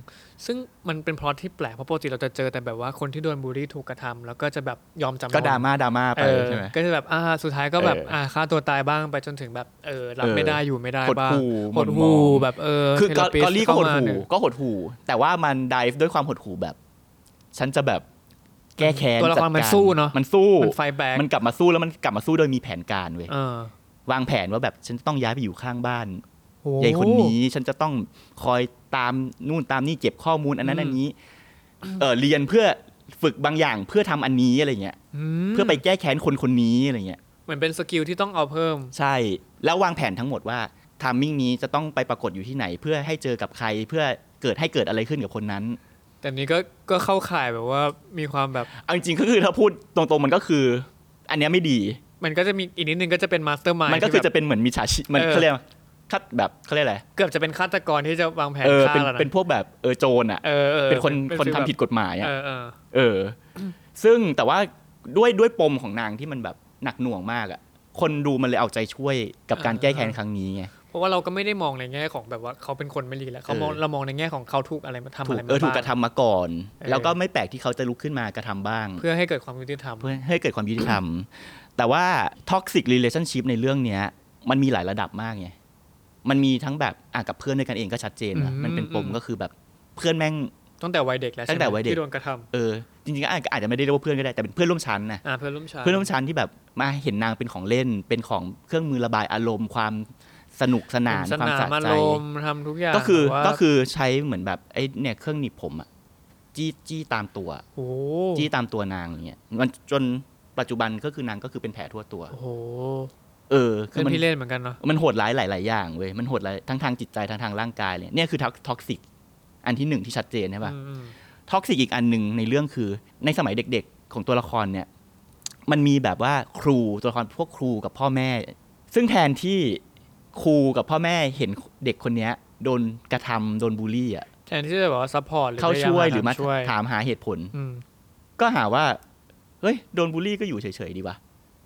Speaker 3: ซึ่งมันเป็นพล็อตที่แปลกเพราะปกติเราจะเจอแต่แบบว่าคนที่โดนบูลลี่ถูกกระทำแล้วก็จะแบบยอมจำนน
Speaker 4: ก็ดราม่าดราม่าไป
Speaker 3: เออ
Speaker 4: ใช่ไหม
Speaker 3: ก็จะแบบอ่าสุดท้ายก็แบบ
Speaker 4: เอออ่
Speaker 3: อ่าฆ่าตัวตายบ้างไปจนถึงแบบเออรับ
Speaker 4: เออ
Speaker 3: ไม่ได้อยู่ไม่ได้บ้าง
Speaker 4: หดหู่
Speaker 3: หด
Speaker 4: หม่นหม
Speaker 3: หู
Speaker 4: อง
Speaker 3: แบบเออ
Speaker 4: คือ
Speaker 3: เท
Speaker 4: ก
Speaker 3: ราปิส
Speaker 4: อลี่ก็หด
Speaker 3: เข้ามา
Speaker 4: หู
Speaker 3: เนี่ย
Speaker 4: ก็หดหูแต่ว่ามันดิฟด้วยความหดหูแบบ ฉันจะแบบแก้แค้น
Speaker 3: ตัวละครมัน
Speaker 4: จัดก
Speaker 3: สู้เนาะ
Speaker 4: มันสู้
Speaker 3: มันไฟแบก
Speaker 4: มันกลับมาสู้แล้วมันกลับมาสู้โดยมีแผนการเว้ย
Speaker 3: เออ
Speaker 4: วางแผนว่าแบบฉันจะต้องย้ายไปอยู่ข้างบ้าน
Speaker 3: โอ้
Speaker 4: ยายคนนี้ฉันจะต้องคอยตามนู่นตามนี่เก็บข้อมูลอันนั้นอันนี้ เออเรียนเพื่อฝึกบางอย่างเพื่อทำอันนี้อะไรเงี้ย
Speaker 3: ม
Speaker 4: เพื่อไปแก้แค้นคนคนนี้อะไรเงี้ย
Speaker 3: เหมือนเป็นสกิลที่ต้องเอาเพิ่ม
Speaker 4: ใช่แล้ววางแผนทั้งหมดว่าทามมิ่งนี้จะต้องไปปรากฏอยู่ที่ไหน เพื่อให้เจอกับใครเพื่อเกิดให้เกิดอะไรขึ้นกับคนนั้น
Speaker 3: แต่นี้ก็ก็เข้าข่ายแบบว่ามีความแบบ
Speaker 4: เอาจริงๆก็คือถ้าพูดตรงๆมันก็คือ อันเนี้ยไม่ดี
Speaker 3: มันก็จะมีอีกนิดนึงก็จะเป็นมาสเตอร์มาย
Speaker 4: มันก็คือจะเป็นเหมือนมิจฉาชีพมัน
Speaker 3: เออ
Speaker 4: เขาเรียกว่าคัดแบบเขาเรียกอะไร
Speaker 3: เกือบจะเป็นฆาตกรที่จะวางแผน
Speaker 4: เออ
Speaker 3: ฆ่า
Speaker 4: เป็น
Speaker 3: แล้วนะ
Speaker 4: เป็นพวกแบบเออโจรอ่ะ
Speaker 3: เออออ
Speaker 4: เป็นคน
Speaker 3: เป็
Speaker 4: คน
Speaker 3: ฟีล
Speaker 4: ทำ
Speaker 3: แบบ
Speaker 4: ผิดกฎหมายอ่ะ
Speaker 3: เออเออ
Speaker 4: เออ ซึ่งแต่ว่าด้วยด้วยปมของนางที่มันแบบหนักหน่วงมากอ่ะ คนดูมันเลยเอาใจช่วยกับการแก้แค้นครั้งนี้ไง
Speaker 3: เพราะว่าเราก็ไม่ได้มองในแง่ของแบบว่าเขาเป็นคนไม่ดีแล้วเขามอง
Speaker 4: เออ
Speaker 3: เรามองในแง่ของเขาถูกอะไรมาทำ
Speaker 4: ถู
Speaker 3: อะ
Speaker 4: ก
Speaker 3: ไรมา
Speaker 4: เออถูกก
Speaker 3: บ้า
Speaker 4: ระ
Speaker 3: ง
Speaker 4: ทำมาก่อน
Speaker 3: เออ
Speaker 4: แล้วก็ไม่แปลกที่เขาจะลุกขึ้นมากระทำบ้าง
Speaker 3: เพื่อให้เกิดความยุติธรรม
Speaker 4: เพื่อให้เกิดความยุติธรรม แต่ว่าท็อกซิก e l a t i o n s h i p ในเรื่องเนี้ย มันมีหลายระดับมากไงมันมีทั้งแบบอ่ะกับเพื่อนด้วยกันเองก็ชัดเจนนะมันเป็นปมก็คือแบบเพื่อนแม่ง
Speaker 3: ตั้งแต่วัยเด็กแล้ว
Speaker 4: ตั้งแต่
Speaker 3: ใช่ไหม
Speaker 4: วัยเด็ก
Speaker 3: ที่โดนกระทำ
Speaker 4: เออจริงๆก็อาจอาจจะไม่ได้เรียกว่าเพื่อนก็ได้แต่เป็นเพื่อนร่วมชั้นนะ
Speaker 3: อ่าเพื่อนร่วมชาติ
Speaker 4: เพื่อนร่วมชั้นที่แบบมาเห็นนางเป็นของเล่น เป็นของเครื่องมือระบายอารมณ์ ความสนุกสนาน
Speaker 3: ส
Speaker 4: ความ
Speaker 3: นาม
Speaker 4: สะ
Speaker 3: มา
Speaker 4: ใจ
Speaker 3: ลมณ์ทำทุกอย่าง
Speaker 4: ก็คือ
Speaker 3: แบบว่า
Speaker 4: ก็คือใช้เหมือนแบบไอ้เนี่ยเครื่องหนีบผมอะจี้จี้ตามตัว
Speaker 3: โอ้
Speaker 4: จี้ตามตัวนางอย่างเงี้ยมันจนปัจจุบันก็คือนางก็คือเป็นแผลทั่วตัว
Speaker 3: โอ้โห
Speaker 4: เออคื
Speaker 3: เล่
Speaker 4: อนมัน
Speaker 3: พี่เล่นเหมือนกันเนาะ
Speaker 4: มันโหดร้ายหลาย ๆ อย่างเว้ยมันโหดร้ายทั้งทางจิตใจทั้งทางร่างกายเลยเนี่ยคือท็อกซิกอันที่หนึ่งที่ชัดเจนใช่ปะ
Speaker 3: อืมอืม
Speaker 4: ท็อกซิกอีกอันหนึ่งในเรื่องคือในสมัยเด็กๆ ของตัวละครเนี่ย มันมีแบบว่าครูตัวละครพวกครูกับพ่อแม่ ซึ่งแทนที่ครูกับพ่อแม่เห็นเด็กคนเนี้ยโดนกระทำโดนบูลลี่อ่ะ
Speaker 3: แทนที่จะแบบว่าซัพพอร์ตหรือ
Speaker 4: เข้าช่วยหรือมา
Speaker 3: ช่วย
Speaker 4: ถามหาเหตุผล
Speaker 3: อืม
Speaker 4: ก็หาว่าเฮ้ยโดนบูลลี่ก็อยู่เฉยๆดีวะ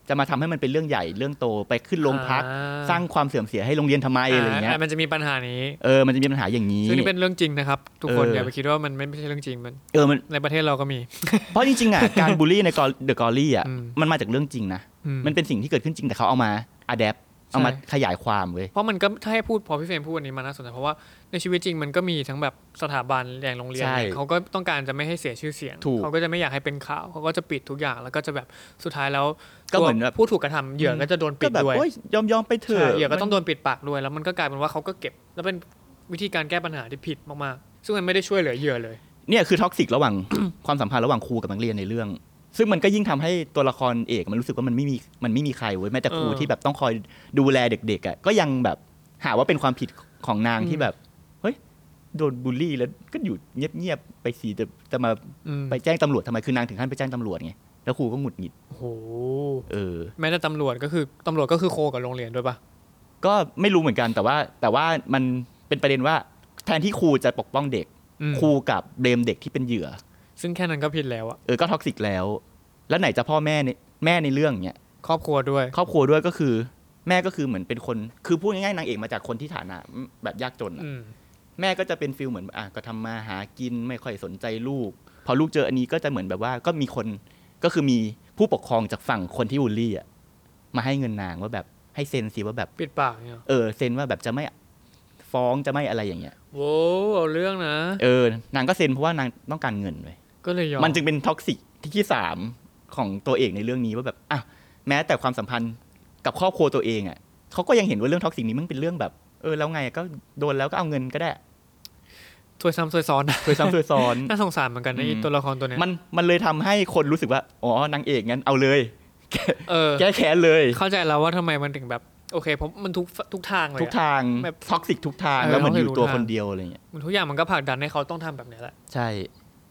Speaker 4: จะมาทำให้มันเป็นเรื่องใหญ่เรื่องโตไปขึ้นโรงพัก
Speaker 3: อ่
Speaker 4: สร้างความเสื่อมเสียให้โรงเรียนทำไมอะไรเงี้ย
Speaker 3: ามันจะมีปัญหานี้
Speaker 4: เออมันจะมีปัญหาอย่างนี้
Speaker 3: ซึ่งนี่เป็นเรื่องจริงนะครับ ทุกคน
Speaker 4: เอออ
Speaker 3: อย่าไปคิดว่ามันไม่ใช่เรื่องจริงมัน
Speaker 4: เออมัน
Speaker 3: ในประเทศเราก็มี
Speaker 4: เพราะจริงๆอ่ะการบูลลี่ในเดอะกอรี่อ่ะ
Speaker 3: อืม
Speaker 4: มันมาจากเรื่องจริงนะ
Speaker 3: อื
Speaker 4: มันเป็นสิ่งที่เกิดขึ้นจริงแต่เขาเอามาอัดแอปเอามา
Speaker 3: ใช่
Speaker 4: ขยายความเว้ย
Speaker 3: เพราะมันก็ถ้าให้พูดพอพี่เฟรมพูดอันนี้มาน่าสนใจเพราะว่าในชีวิตจริงมันก็มีทั้งแบบสถาบันอย่างโรงเรียน
Speaker 4: ใช่
Speaker 3: เนี่ยเขาก็ต้องการจะไม่ให้เสียชื่อเสียง
Speaker 4: ถูก
Speaker 3: เขาก็จะไม่อยากให้เป็นข่าวเขาก็จะปิดทุกอย่างแล้วก็จะแบบสุดท้ายแล้ว
Speaker 4: ก็เหมือน
Speaker 3: ตัว
Speaker 4: แบบ
Speaker 3: ผู้ถูกกระทำเหยื่อก็จะโดนปิ
Speaker 4: ก็
Speaker 3: ด
Speaker 4: แบบ
Speaker 3: ด้วย
Speaker 4: โอ้ยยอมยอมไปเถอะ
Speaker 3: ใช่เหยื่อก็ต้องโดนปิดปากด้วยแล้วมันก็กลายเป็นว่าเขาก็เก็บ แล้วเป็นวิธีการแก้ปัญหาที่ผิดมากๆซึ่งมันไม่ได้ช่วยเหลือเหยื่อเลย
Speaker 4: เนี่ยคือท็อกซิกระหว่าง ความสัมพันธ์ระหว่างครูกับนักเรียนในเรื่อง ซึ่งมันก็ยิ่งทำให้ตัวละครเอกมันรู้สึกว่ามันไม่มีมันไม่มีใครเว้ยแม้แต่ครู
Speaker 3: เออ
Speaker 4: ที่แบบต้องคอยดูแลเด็กๆอ่ะก็ยังแบบหาว่าเป็นความผิดของนางที่แบบเฮ้ยโดนบูลลี่แล้วก็อยู่เงียบๆไปสีจะจะมา
Speaker 3: อืม
Speaker 4: ไปแจ้งตำรวจทำไมคือนางถึงขั้นไปแจ้งตำรวจไงแล้วครูก็หงุดหงิด
Speaker 3: โอ้โห
Speaker 4: เออ
Speaker 3: แม้แต่ตำรวจก็คือตำรวจก็คือโคกับโรงเรียนด้วยปะ
Speaker 4: ก็ไม่รู้เหมือนกันแต่ว่าแต่ว่ามันเป็นประเด็นว่าแทนที่ครูจะปกป้องเด็ก
Speaker 3: อืม
Speaker 4: ครูกลับเบลมเด็กที่เป็นเหยื่อ
Speaker 3: ซึ่งแค่นั้นก็ผิดแล้วอะ
Speaker 4: เออก็ท็อกซิกแล้ว แล้วไหนจะพ่อแม่ในแม่ในเรื่องเนี้ย
Speaker 3: ครอบครัวด้วย
Speaker 4: ครอบครัวด้วยก็คือ แม่ก็คือเหมือนเป็นคน คือพูดง่ายๆนางเอกมาจากคนที่ฐานะแบบยากจนอะ
Speaker 3: อืม
Speaker 4: แม่ก็จะเป็นฟิลเหมือนอ่ะก็ทำมาหากินไม่ค่อยสนใจลูก พอลูกเจออันนี้ก็จะเหมือนแบบว่าก็มีคนก็คือมีผู้ปกครองจากฝั่งคนที่บูลลี่อ่ะมาให้เงินนางว่าแบบให้เซ็นสิว่าแบบ
Speaker 3: ปิดปากเนี่ย
Speaker 4: เออเซ็นว่าแบบจะไม่ฟ้องจะไม่อะไรอย่างเงี้ย
Speaker 3: โว้วเอาเรื่องนะ
Speaker 4: เออนางก็เซ็นเพราะว่านางต้องการเงินเลย
Speaker 3: ก็เลยยอม
Speaker 4: มันจึงเป็นท็อกซิกที่ที่สามของตัวเอกในเรื่องนี้ว่าแบบอ่ะแม้แต่ความสัมพันธ์กับครอบครัวตัวเองอ่ะเขาก็ยังเห็นว่าเรื่องท็อกซิกนี้มันเป็นเรื่องแบบเออแล้วไงอะก็โดนแล้วก็เอาเงินก็ได้
Speaker 3: ถวยซ้ำถวยซ้อนนะ
Speaker 4: เคยซ้ำเคยซ้อน
Speaker 3: น่าสงสารเหมือนกันนะ
Speaker 4: อืม
Speaker 3: ไอ้ตัวละครตัวเนี้ย
Speaker 4: มันมันเลยทำให้คน รู้สึกว่าอ๋อนางเอกงั้นเอาเลย
Speaker 3: เออ
Speaker 4: แก้แค้นเลย
Speaker 3: เข้าใจแล้วว่าทำไมมันถึงแบบ โอเคผมมันทุกทุกทางเลยอะ
Speaker 4: ทุกทาง
Speaker 3: แบบ
Speaker 4: ท็อกซิกทุกทาง
Speaker 3: เออ
Speaker 4: แล้วมัน
Speaker 3: เรา
Speaker 4: อ
Speaker 3: ไม่
Speaker 4: ยู่
Speaker 3: รู้
Speaker 4: ตัว
Speaker 3: ทาง
Speaker 4: คนเดียวอะไรเงี้ย
Speaker 3: มันทุกอย่างมันก็ผลักดันให้เขาต้องทำแบบเนี้ยแหละ
Speaker 4: ใช่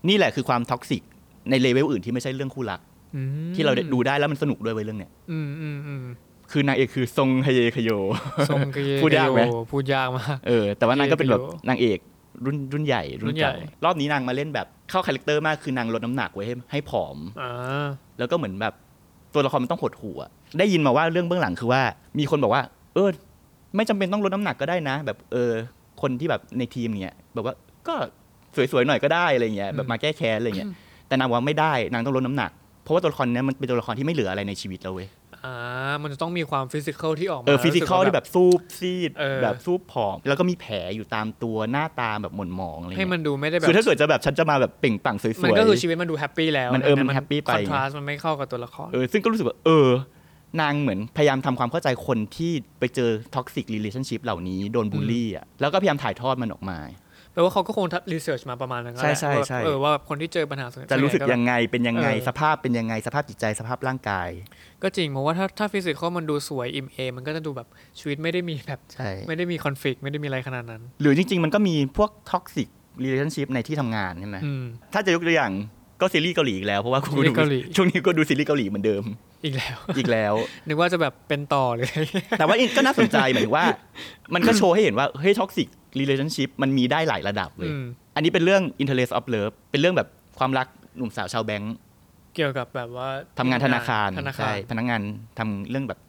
Speaker 4: นี่แหละคือความท็อกซิกในเลเวลอื่นที่ไม่ใช่เรื่องคู่รัก
Speaker 3: อืม
Speaker 4: ที่เราดูได้แล้วมันสนุกด้วยเว้ยเรื่องเนี้ย
Speaker 3: อืมอืมอืม
Speaker 4: คือนางเอกคือทรงฮเยคโย
Speaker 3: ทรงเก
Speaker 4: พูดยากไหม
Speaker 3: โอ้พูดยากมาก
Speaker 4: เออแต่ว่านางก็เป็นแบบ
Speaker 3: เยคโย
Speaker 4: นางเอกรุ่นรุ่นใหญ่รุ่
Speaker 3: รุ่
Speaker 4: น
Speaker 3: นใหญ่
Speaker 4: เก่ารอบนี้นางมาเล่นแบบเข้าคาแรคเตอร์มากคือนางลดน้ำหนักไว้ให้ให้ผอม
Speaker 3: อ่า
Speaker 4: แล้วก็เหมือนแบบตัวละครมันต้องหดหัว ได้ยินมาว่าเรื่องเบื้องหลังคือว่า มีคนบอกว่า เออ ไม่จำเป็นต้องลดน้ำหนักก็ได้นะ แบบเออ คนที่แบบในทีมเนี่ยแบบว่าก็สวยๆหน่อยก็ได้อะไรเงี้ยแบบมาแก้แค้นอะไรเงี้ยแต่นางบอกว่าไม่ได้นางต้องลดน้ำหนัก เพราะว่าตัวละครเนี้ยมันเป็นตัวละครที่ไม่เหลืออะไรในชีวิตแล้วเว้ย
Speaker 3: อ่ามันจะต้องมีความฟิสิกอลที่ออกมา
Speaker 4: เออฟิสิกอล
Speaker 3: รู้สึ
Speaker 4: ที่
Speaker 3: ว่า
Speaker 4: แบบซูบซีด
Speaker 3: เออ
Speaker 4: แบบซูบผอม แล้วก็มีแผลอยู่ตามตัวหน้าตาแบบหม่นหมองอะไร
Speaker 3: ให้
Speaker 4: เงี้ย
Speaker 3: มันดูไม่ได้แบ
Speaker 4: คื
Speaker 3: บ
Speaker 4: อถ้าเกิดจะแบบฉันจะมาแบบเปล่งปลั่งสวยๆ
Speaker 3: มันก็คือชีวิตมันดูแฮปปี้แล้ว
Speaker 4: มันเออมัน
Speaker 3: ต่
Speaker 4: happy ไป
Speaker 3: คอนทราสต์มันไม่เข้ากับตัวละคร
Speaker 4: เออซึ่งก็รู้สึกว่า เออ นางเหมือนพยายามทำความเข้าใจคนที่ไปเจอท็อกซิกรีเลชั่นชิพเหล่านี้โดนบูลลี่อ่ะแล้วก็พยายามถ่ายทอดมันออกมา
Speaker 3: แปลว่าเขาก็คงรีเสิร์ชมาประมาณนั้นแหละ
Speaker 4: ใช่ใช่ใช่
Speaker 3: ว่าเออว่าคนที่เจอปัญหาส่วนใหญ่
Speaker 4: จะรู้สึกยังไงเป็นยังไง
Speaker 3: เออ
Speaker 4: สภาพเป็นยังไงสภาพจิตใจสภาพร่างกาย
Speaker 3: ก็จริงเพราะว่าถ้าถ้าฟิสิกอลมันดูสวยอิ่มเอมมันก็จะดูแบบชีวิตไม่ได้มีแบบ
Speaker 4: ใช่
Speaker 3: ไม่ได้มีคอนฟ lict ไม่ได้มีอะไรขนาดนั้น
Speaker 4: หรือจริง ๆ มันก็มีพวกท็อกซิกรีเลชั่นชิพในที่ทำงานใช่ไหม
Speaker 3: อืม
Speaker 4: ถ้าจะยกตัวอย่างก็ซีรีส์เกาหลีอีกแล้ว เพราะว่ากู
Speaker 3: ซีรี
Speaker 4: ดู
Speaker 3: ส์เกาหลี
Speaker 4: ช่วงนี้ก็ดูซีรีส์เกาหลีเหมือนเดิม
Speaker 3: อีกแล้ว
Speaker 4: อีกแล้ว
Speaker 3: นึกว่าจะแบบเป็นต่อเลย
Speaker 4: แต่ว่าก็น่าสนใจหมายถึงว่า มันก็โชว์ให้เห็นว่าเฮ้ยท็อกซิกรีเลชั่นชิพมันมีได้หลายระดับเลย
Speaker 3: อืม
Speaker 4: อันนี้เป็นเรื่อง interest of love เป็นเรื่องแบบความรักหนุ่มสาวชาวแบงค์
Speaker 3: เกี่ยวกับแบบว่า
Speaker 4: ทำงานธนาคาร
Speaker 3: ธนาคา
Speaker 4: ใช่
Speaker 3: ร
Speaker 4: พนักงานทำเรื่องแบบ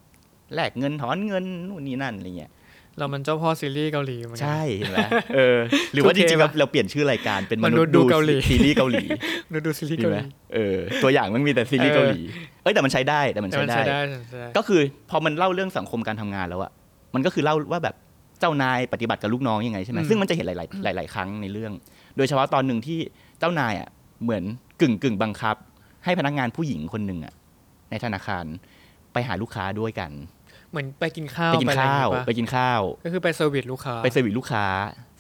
Speaker 4: แลกเงินถอนเงินนู่นนี่นั่นอะไรเงี้ย
Speaker 3: เรามันเจ้าพ่อซีรีส์เกาหลีเหมือนกั
Speaker 4: ใช่
Speaker 3: น
Speaker 4: เห็นไหมเออ หรือว่าจ
Speaker 3: โอเค
Speaker 4: ริงๆแล้ว
Speaker 3: ปะ
Speaker 4: เราเปลี่ยนชื่อรายการเป็นม
Speaker 3: มนุ
Speaker 4: นุษ
Speaker 3: ษย์
Speaker 4: ย์
Speaker 3: ดู
Speaker 4: ดู
Speaker 3: เกาหลี
Speaker 4: ซีรีส์เกาหลี
Speaker 3: ดูดูซีรีส์
Speaker 4: ดี
Speaker 3: เกาห
Speaker 4: ไหม
Speaker 3: ลี
Speaker 4: เออตัวอย่างมันมีแต่ซีรีส์
Speaker 3: เออ
Speaker 4: เกาหลีเอ้ยแต่มันใช้ได้แต่มัน
Speaker 3: แต่
Speaker 4: ใช้
Speaker 3: มัน
Speaker 4: ได้
Speaker 3: ใช้ได้ใช้ได้
Speaker 4: ก็คือพอมันเล่าเรื่องสังคมการทำงานแล้วอะมันก็คือเล่าว่าแบบเจ้านายปฏิบัติกับลูกน้องยังไงใช่ไหมซึ่งมันจะเห็นหลาย ๆ หลาย ๆ ครั้งในเรื่อง โดยเฉพาะตอนหนึ่งที่เจ้านายอะเหมือนกึ่งกึ่งบังคับ ให้พนักงานผู้หญิงคนหนึ่งอะในธนาคารไปหาลูกค้าด้วยกัน
Speaker 3: เหมือนไปกินข้าว
Speaker 4: ไปกิน
Speaker 3: อะไรอย่
Speaker 4: ข้าว
Speaker 3: งงี้ปะ
Speaker 4: ไปกินข้าว
Speaker 3: ก็คือไปเซอร์วิสลูกค้า
Speaker 4: ไปเซอร์วิสลูกค้า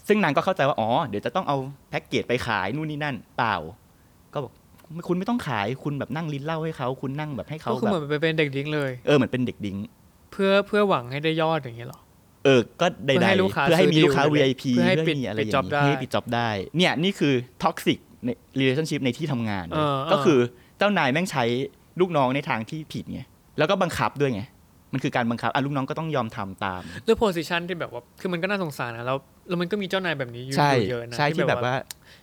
Speaker 4: ซึ่งนางก็เข้าใจว่า อ๋อ เดี๋ยวจะต้องเอาแพ็กเกจไปขายนู่นนี่นั่น เปล่า ก็บอกคุณไม่ต้องขายคุณแบบนั่งลิ้นเหล่าให้เขาคุณนั่งแบบให้เขา
Speaker 3: ก็คือ
Speaker 4: แบ
Speaker 3: เหมือบ นไปเป็นเด็กดิ้งเลย
Speaker 4: เออเหมือนเป็นเด็กดิ้ง
Speaker 3: เพื่อเพื่อหวังให้ได้ยอดอย่างเงี้ยเหรอ
Speaker 4: เออ ก็ใด
Speaker 3: เพื่อให้ลูก
Speaker 4: ๆ
Speaker 3: ค้า
Speaker 4: เพื่อให้มี
Speaker 3: ซื้อ
Speaker 4: ลูกค้า
Speaker 3: deal เลย
Speaker 4: VIP
Speaker 3: เพื่
Speaker 4: เพื่
Speaker 3: อ
Speaker 4: อ
Speaker 3: ให้
Speaker 4: ให้
Speaker 3: ปิ
Speaker 4: ปิ
Speaker 3: ด
Speaker 4: ดอะไร
Speaker 3: ปิ
Speaker 4: อ
Speaker 3: ด
Speaker 4: ย่า
Speaker 3: job
Speaker 4: งนี้ให้ปิดจ็อบได้ เนี่ยนี่คือท็อกซิกใน relationship ในที่ทำงานเว้ย
Speaker 3: เออเออ
Speaker 4: ก็คือเจ้านายแม่งใช้ลูกน้องในทางที่ผิดไง แล้วก็บังคับด้วยไง มันคือการบังคับ อ่ะลูกน้องก็ต้องยอมทำตาม
Speaker 3: ด้วยโพสิชันที่แบบว่าคือมันก็น่าสงสารนะแล้วแล้วมันก็มีเจ้านายแบบนี้อยู่
Speaker 4: ใช่
Speaker 3: อยู่เยอะนะ
Speaker 4: ใช่ที่แบบว่า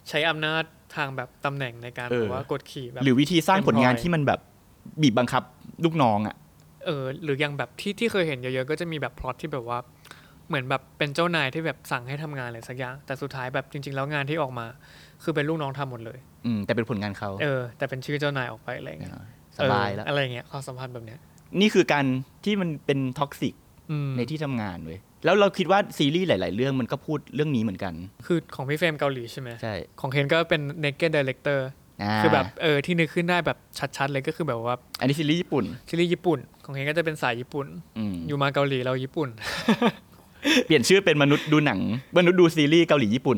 Speaker 3: ใช้อำนาจทางแบบตำแหน่งในการ
Speaker 4: เอ
Speaker 3: แบ
Speaker 4: อ
Speaker 3: บว่ากดขี่แบบ
Speaker 4: หรือวิธีสร้างผลงาน
Speaker 3: employee
Speaker 4: ที่มันแบบบีบบังคับลูกน้องอ่ะ
Speaker 3: เออหรืออย่างแบบที่ที่เคยเห็นเยอะๆก็จะมีแบบพล็อตที่แบบว่า เหมือนแบบเป็นเจ้านายที่แบบสั่งให้ทำงานอะไรสักอย่าง แต่สุดท้ายแบบจริง ๆ แล้วงานที่ออกมา คือเป็นลูกน้องทำหมดเลย
Speaker 4: อืมแต่เป็นผลงานเขา
Speaker 3: เออ แต่เป็นชื่อเจ้านายออกไปอะไรอย่างเงี้ย
Speaker 4: สบายแล้ว
Speaker 3: เอออะไรเงี้ยความสัมพันธ์แบบเนี้ย
Speaker 4: นี่คือการที่มันเป็นท็อกซิก
Speaker 3: อืม
Speaker 4: ในที่ทำงานเว้ยแล้วเราคิดว่าซีรีส์หลาย ๆ เรื่องมันก็พูดเรื่องนี้เหมือนกัน
Speaker 3: คือของพี่เฟรมเกาหลีใช่ไหม
Speaker 4: ใช่
Speaker 3: ของเคนก็เป็น naked director
Speaker 4: า
Speaker 3: คือแบบเออที่นึกขึ้นได้แบบชัดๆเลยก็คือแบบว่า
Speaker 4: อันนี้ซีรีส์ญี่ปุ่น
Speaker 3: ซีรีส์ญี่ปุ่น ของเคนก็จะเป็นสายญี่ปุ่น
Speaker 4: อืม
Speaker 3: อยู่มาเกาหลีเราญี่ปุ่น
Speaker 4: เปลี่ยนชื่อเป็นมนุษย์ดูหนัง มนุษย์ดูซีรีส์เกาหลีญี่ปุ่น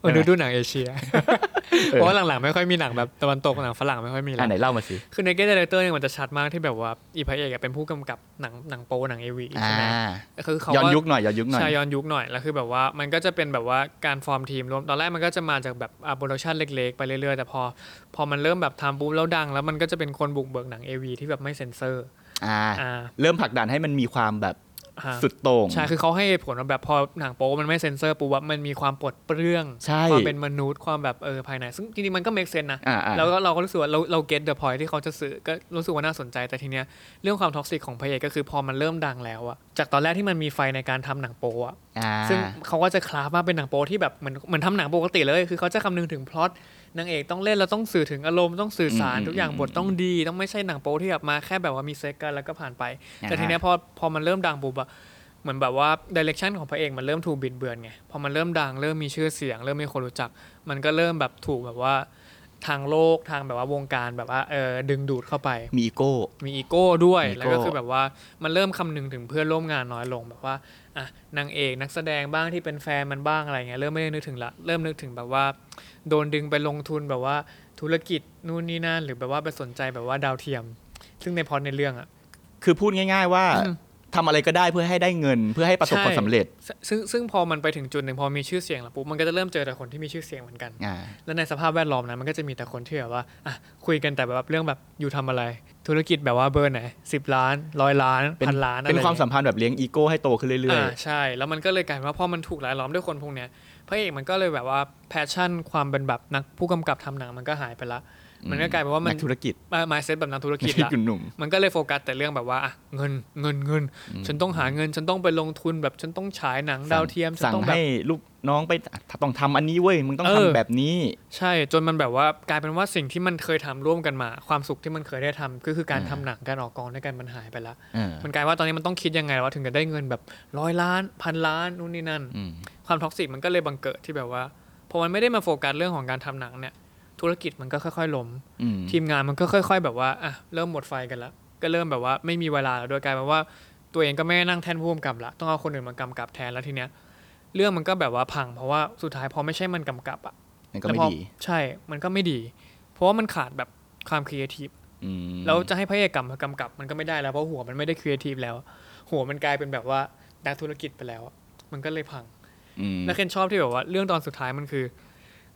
Speaker 3: เออดูดูหนังเอเชีย เพราะว่าหลังๆไม่ค่อยมีหนังแบบตะวันตกหนังฝรั่งไม่ค่อยมีแล้
Speaker 4: อัน
Speaker 3: ว
Speaker 4: ไหนเล่ามาสิ
Speaker 3: คือในเกตเดเตอร์เนี่ยมันจะชัดมากที่แบบว่าอีพระเอกอะเป็นผู้กำกับหนังหนังโปหนังเอวี
Speaker 4: อ่า
Speaker 3: ใช่ไหมคือเขา
Speaker 4: ย้อน
Speaker 3: ก็
Speaker 4: ยุคหน่อย ย้อนยุคหน่อย
Speaker 3: ใชายย้อนยุคหน่อยแล้วคือแบบว่ามันก็จะเป็นแบบว่าการฟอร์มทีมรวมตอนแรกมันก็จะมาจากแบบอ่าโปรดักชันเล็กๆ ไปเรื่อยๆ แต่พอ พอมันเริ่มแบบทำปุ๊บแล้วดัง แล้วมันก็จะเป็นคนบุกเบิกหนัง AV ที่แบบไม่เซ็นเซอร์
Speaker 4: อ่า
Speaker 3: อ่า
Speaker 4: เริ่มผลักดันให้มันมีความแบบ
Speaker 3: ฮะ
Speaker 4: สุดโต่ง
Speaker 3: ใช่คือเขาให้เหตุผลว่าแบบพอหนังโป๊มันไม่เซ็นเซอร์ปุ๊บว่ามันมีความปลดเปลื้อง
Speaker 4: ใช่
Speaker 3: ความเป็นมนุษย์ความแบบเออภายใน ซึ่งจริงๆมันก็เมคเซนนะ
Speaker 4: อ่าอ่า
Speaker 3: แล้วก็เราก็รู้สึกว่าเราเราเก็ตเดอะพอยที่เขาจะสื่อก็รู้สึกว่าน่าสนใจแต่ทีเนี้ยเรื่องความท็อกซิกของพระเอกก็คือพอมันเริ่มดังแล้วอะจากตอนแรกที่มันมีไฟในการทำหนังโปอะ
Speaker 4: อ่า
Speaker 3: ซึ่งเขาก็จะคลาฟมาเป็นหนังโปที่แบบเหมือนเหมือนทำหนังปกติเลย คือเขาจะคำนึงถึงพล็อตนางเอกต้องเล่นแล้วต้องสื่อถึงอารมณ์ต้องสื่อสารทุกอย่างบทต้องดี ต้องไม่ใช่หนังโปที่แบบมาแค่แบบว่ามีเซ็กกันแล้วก็ผ่านไป แต่ทีเนี้ยพอพอมันเริ่มดังปุ๊บอะเหมือนแบบว่าดิเรกชันของพระเอกมันเริ่มถูกบิดเบือนไงพอมันเริ่มดังเริ่มมีชื่อเสียง เริ่มมีคนรู้จัก มันก็เริ่มแบบถูกแบบว่าทางโลกทางแบบว่าวงการแบบว่าเออดึงดูดเข้าไป
Speaker 4: มีอีโก้
Speaker 3: มีอีโก้ด้วย
Speaker 4: มีอีโก้
Speaker 3: แล้วก็คือแบบว่ามันเริ่มคำนึงถึงเพื่อนร่วมงานน้อยลงแบบว่าอ่ะนางเอกนักแสดงบ้างที่เป็นแฟนมันบ้างอะไรเงี้ยเริ่มไม่ได้นึกถึงละเริ่มนึกถึงแบบว่า โดนดึงไปลงทุนแบบว่าธุรกิจนู่นนี่นั่นหรือแบบว่าไปสนใจแบบว่าดาวเทียม ซึ่งในพล็อตในเรื่องอะ
Speaker 4: คือพูดง่าย ๆ ว่า
Speaker 3: อืม
Speaker 4: ทำอะไรก็ได้เพื่อให้ได้เงิน เพื่อให้ประสบความ
Speaker 3: ใช่
Speaker 4: สำเร็จ
Speaker 3: ซึ่งซึ่งซึ่งพอมันไปถึงจุดหนึ่งพอมีชื่อเสียงแล้วปุ๊บมันก็จะเริ่มเจอแต่คนที่มีชื่อเสียงเหมือนกัน
Speaker 4: อ่า
Speaker 3: และในสภาพแวดล้อมนั้นมันก็จะมีแต่คนที่แบบว่าอ่ะคุยกันแต่แบบเรื่องแบบอยู่ทำอะไร ธุรกิจแบบว่าเบอร์ไหนสิบล้านร้อยล้าน
Speaker 4: เป็น
Speaker 3: พันล้านอะไร
Speaker 4: เป็นความ
Speaker 3: อย่งงี้ย
Speaker 4: สัมพันธ์แบบเลี้ยงอีโก้ให้โตขึ้นเรื่อย
Speaker 3: อ่าใช่ แล้วมันก็เลยกลายเป็นว่าพอมันถูกหลายล้อมด้วยคนพวกเนี้ยพระเอกมันก็เลยแบบว่าแพชชั่นความเป็นแบบนักผู้กำกับทำหนังมันก็หายไปละ
Speaker 4: อืม
Speaker 3: มันก็กลายเป็นว่า
Speaker 4: ๆ
Speaker 3: มั
Speaker 4: นั
Speaker 3: น
Speaker 4: กธุรกิจ
Speaker 3: มายเซ็ตแบบนักธุรกิจ
Speaker 4: ที่
Speaker 3: ละ
Speaker 4: คุณหนุ่ม
Speaker 3: มันก็เลยโฟกัสแต่เรื่องแบบว่าอ่ะเงินเงินเงิน
Speaker 4: อืม
Speaker 3: ฉันต้องหาเงิน ฉันต้องไปลงทุนแบบฉันต้องฉายหนังดาวเทียมฉัน
Speaker 4: สั่ง
Speaker 3: ต้องแบบ
Speaker 4: ให้ลูกน้องไปต้องทำอันนี้เว้ยมึงต้อง
Speaker 3: เออ
Speaker 4: ทำแบบนี้
Speaker 3: ใช่จนมันแบบว่ากลายเป็นว่าสิ่งที่มันเคยทำร่วมกันมา ความสุขที่มันเคยได้ทำก็คือการ
Speaker 4: อ่า
Speaker 3: ทำหนังการออกกองด้วยกันมันหายไปละ
Speaker 4: เออ
Speaker 3: มันกลายว่าตอนนี้มันต้องคิดยังไงว่าถึงจะได้เงินแบบร้อยล้านพันล้านนู่นนี่นั่น
Speaker 4: อืม
Speaker 3: ความท็อกซิกมันก็เลยบังเกิดที่แบบว่าพอมันไม่ได้มาโฟกัสเรื่องของการทำหนังเนี่ย ธุรกิจมันก็ค่อยๆล้ม
Speaker 4: อืม
Speaker 3: ทีมงานมันก็ค่อย ๆ แบบว่าอ่ะเริ่มหมดไฟกันละก็เริ่มแบบว่าไม่มีเวลาแล้วด้วยกลายเป็นว่าตัวเองก็ไม่ได้นั่งแทนผู้กำกับละต้องเอาคนอื่นมากำกับแทนแล้วทีเนี้ยเรื่องมันก็แบบว่าพังเพราะว่าสุดท้ายพอไม่ใช่มันกำกับอะ
Speaker 4: มันก็
Speaker 3: แล้ว
Speaker 4: ไม่
Speaker 3: พอ
Speaker 4: ดี
Speaker 3: ใช่มันก็ไม่ดี เพราะว่ามันขาดแบบความครีเอทีฟ
Speaker 4: อืม
Speaker 3: แล้วจะให้พระเอกกำกับกำกับ มันก็ไม่ได้แล้วเพราะหัวมันไม่ได้ครีเอทีฟแล้ว หัวมันกลายเป็นแบบว่านักธุรกิจไปแล้วอะมันก็เลยพัง
Speaker 4: อืม
Speaker 3: แล้วเคนชอบที่แบบว่าเรื่องตอนสุดท้ายมันคือ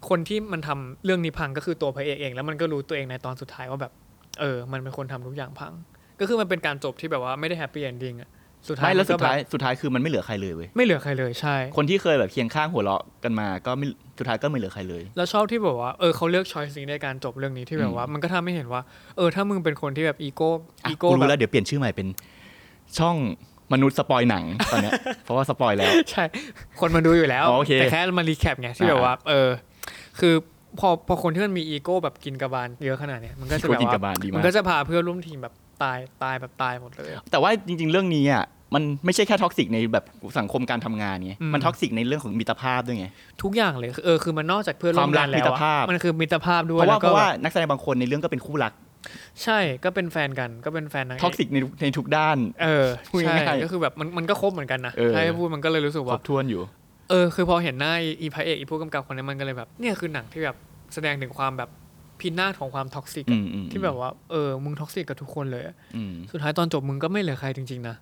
Speaker 3: คนที่มันทำเรื่องนี้พังก็คือตัวพระเอกเอง แล้วมันก็รู้ตัวเองในตอนสุดท้ายว่าแบบ เออ มันเป็นคนทำทุกอย่างพัง ก็คือมันเป็นการจบที่แบบว่าไม่ได้แฮปปี้เอนดิ้งอะสุดท้าย
Speaker 4: ไม่แล้ว
Speaker 3: น
Speaker 4: สุ
Speaker 3: ก็
Speaker 4: ด
Speaker 3: บบ
Speaker 4: ท้ายสุดท้ายคือมันไม่เหลือใครเลยเว้ย
Speaker 3: ไม่เหลือใครเลยใช่
Speaker 4: คนที่เคยแบบเคียงข้างหัวเราะกันมาก็ไม่สุดท้ายก็ไม่เหลือใครเลย
Speaker 3: แล้วชอบที่แบบว่าเออเขาเลือกช้อยสิ่งในการจบเรื่องนี้ที่แบบว่า มันก็ทำให้เห็นว่า เออ ถ้ามึงเป็นคนที่แบบอีโก้
Speaker 4: อ่ะ
Speaker 3: อี
Speaker 4: กู
Speaker 3: โก้
Speaker 4: รู้
Speaker 3: แบ
Speaker 4: แล้
Speaker 3: บ
Speaker 4: วเดี๋ยวเปลี่ยนชื่อใหม่เป็นช่องมนุษย์สปอยหนั งตอนเนี้ย เพราะว่าสปอยแล้ว
Speaker 3: ใช่ คนมันดูอยู่แล้ว
Speaker 4: อ๋อโอเค
Speaker 3: แต่แค่มารีแคปไงที่แบบว่า เออ คือพอพอคนที่มันมีอีโก้แบบกินกระบาลเยอะขนาดเนี้ยมันก็จะแบบ
Speaker 4: อี
Speaker 3: ว่า
Speaker 4: โก้กิน
Speaker 3: ก
Speaker 4: ระบาลดีมาก
Speaker 3: มันก็จะพาเพื่อนร่วมทีมแบบตายตายแบบตายหมดเลยอะ
Speaker 4: แต่ว่าจริง ๆ เรื่องนี้อ่ะมันไม่ใช่แค่ท็อกซิกในแบบสังคมการทำงานไง
Speaker 3: อืม
Speaker 4: มันท็อกซิกในเรื่องของมิตรภาพด้วยไง
Speaker 3: ทุกอย่างเลยคือเออคือมันนอกจากเพื่อนร่วมงาน
Speaker 4: ความรัก
Speaker 3: แล้ว
Speaker 4: มิตร
Speaker 3: อะ
Speaker 4: ภาพ
Speaker 3: มันคือมิตรภาพด้ว
Speaker 4: เพ
Speaker 3: ย
Speaker 4: ราะว่า
Speaker 3: แล้วก็
Speaker 4: เพราะว่า
Speaker 3: แบบ
Speaker 4: นักแสดงบางคนในเรื่องก็เป็นคู่รัก
Speaker 3: ใช่ก็เป็นแฟนกันก็เป็นแฟนนางเอ
Speaker 4: ท็อก
Speaker 3: ก
Speaker 4: ซิกในในทุกด้าน
Speaker 3: เออ
Speaker 4: พูด
Speaker 3: ใช่
Speaker 4: ง่ายๆ
Speaker 3: ก็คือแบบมันมันก็ครบเหมือนกันนะ
Speaker 4: เออ
Speaker 3: ถ้าให้พูดมันก็เลยรู้สึก
Speaker 4: คร
Speaker 3: ว่า
Speaker 4: บถ้วนอยู่
Speaker 3: เออคือพอเห็นหน้าอีอีพระเอกอีผู้กำกับคนนี้มันก็เลยแบบเนี่ยคือหนังที่แบบแสดงถึงความแบบพินาศของความท็อกซิก
Speaker 4: อื
Speaker 3: อะ
Speaker 4: มอืม
Speaker 3: ที่แบบว่าเออมึงท็อกซิกกับทุกคนเลยอะ
Speaker 4: อืม
Speaker 3: สุดท้ายตอนจบมึงก็ไม่เหลือใครจริงๆนะ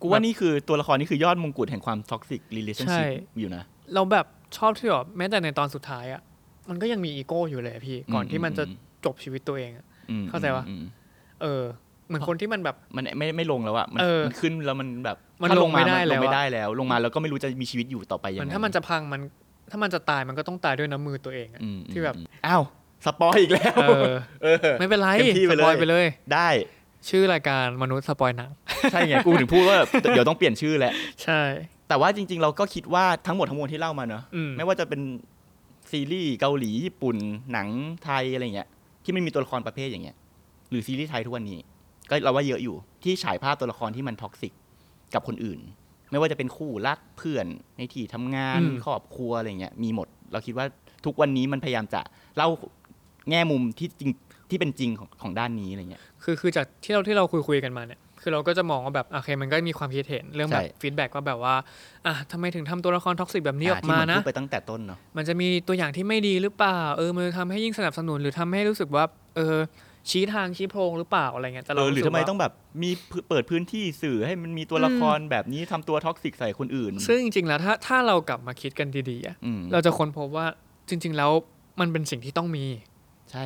Speaker 4: กูว่านี่คือตัวละครนี่คือยอดมงกุฎแห่งความท็อกซิกรีเลชั่น
Speaker 3: ใช่
Speaker 4: ชิพอยู่นะ
Speaker 3: เราแบบชอบที่แบบแม้แต่ในตอนสุดท้ายอะมันก็ยังมีอีโก้อยู่เลยอะพี่ก่อนที่มันจะ
Speaker 4: อืม
Speaker 3: จบชีวิตตัวเองอะ
Speaker 4: อืม
Speaker 3: เข้าใจปะ
Speaker 4: อืม
Speaker 3: เออเหมือนคนที่มันแบบ
Speaker 4: มันไม่ไม่ลงแล้วอะมัน
Speaker 3: เออ
Speaker 4: มันขึ้นแล้วมันแบบ
Speaker 3: มัน
Speaker 4: ถ้า
Speaker 3: ลงไม่ได้แล้ว
Speaker 4: ล
Speaker 3: อะ
Speaker 4: งไม่ได้แล้ว ลงมาแล้วก็ไม่รู้จะมีชีวิตอยู่ต่อไปยัง
Speaker 3: เห
Speaker 4: ไง
Speaker 3: มือนถ้ามันจะพังมันถ้ามันจะตายมันก็ต้องตายด้วยน้ำมือตัวเองอะ
Speaker 4: อืม
Speaker 3: ที่แบบ
Speaker 4: อืมอ้าวสปอยอีกแล้ว
Speaker 3: เออ
Speaker 4: เออ
Speaker 3: ไม่เป็นไร
Speaker 4: เต็มที่
Speaker 3: ส
Speaker 4: ไปเลย
Speaker 3: ปอยไปเลย
Speaker 4: ได้
Speaker 3: ชื่อรายการมนุษย์สปอยหนัง
Speaker 4: ใช่ไงกูถึงพูดว่าแบบเดี๋ยวต้องเปลี่ยนชื่อแหละ
Speaker 3: ใช่
Speaker 4: แต่ว่าจริง ๆ เราก็คิดว่าทั้งหมดทั้งมวลที่เล่ามาเนอะ
Speaker 3: อืม
Speaker 4: ไม่ว่าจะเป็นซีรีส์เกาหลีญี่ปุ่นหนังไทยอะไรเงี้ยที่ไม่มีตัวละครประเภทอย่างเงี้ย หรือซีรีส์ไทยทุกวันนี้ ก็เราว่าเยอะอยู่ที่ฉายภาพตัวละครที่มันท็อกซิกกับคนอื่น ไม่ว่าจะเป็นคู่รักเพื่อนในที่ทำงานครอบครัวอะไรเงี้ยมีหมด เราคิดว่าทุกวันนี้มันพยายามจะเล่าแง่มุมที่จริงที่เป็นจริงของของด้านนี้อะไรเงี้ย
Speaker 3: คือคือจากที่เราที่เราคุยคุยกันมาเนี่ยคือเราก็จะมองว่าแบบโอเคมันก็มีความคิดเห็นเรื่องแบบ
Speaker 4: ใช่
Speaker 3: ฟีดแบ็กว่าแบบว่าอ่ะทำไมถึงทำตัวละครท็อกซิกแบบนี้ออก
Speaker 4: ที่
Speaker 3: มา
Speaker 4: เหน
Speaker 3: นะ
Speaker 4: พูดไปตั้งแต่ต้นเนาะ
Speaker 3: มันจะมีตัวอย่างที่ไม่ดีหรือเปล่า เออมันจะทำให้ยิ่งสนับสนุนหรือทำให้รู้สึกว่าเออชี้ทางชี้โพรงหรือเปล่าอะไรเงี้ยแต่
Speaker 4: เอ
Speaker 3: เรา
Speaker 4: อหรือ
Speaker 3: สึ
Speaker 4: ทำ
Speaker 3: ก
Speaker 4: ไม
Speaker 3: ว่า
Speaker 4: ต้องแบบมีพื้นเปิดพื้นที่สื่อให้มันมีตัวละครแบบนี้ทำตัวท็อกซิกใส่คนอื่น
Speaker 3: ซึ่งจริงๆแล้วถ้าถ้าเรากลับมาคิดกันดีๆอะ
Speaker 4: อืม
Speaker 3: เราจะค้นพบว่าจริง ๆ แล้วมันเป็นสิ่งที่ต้องมี
Speaker 4: ใช่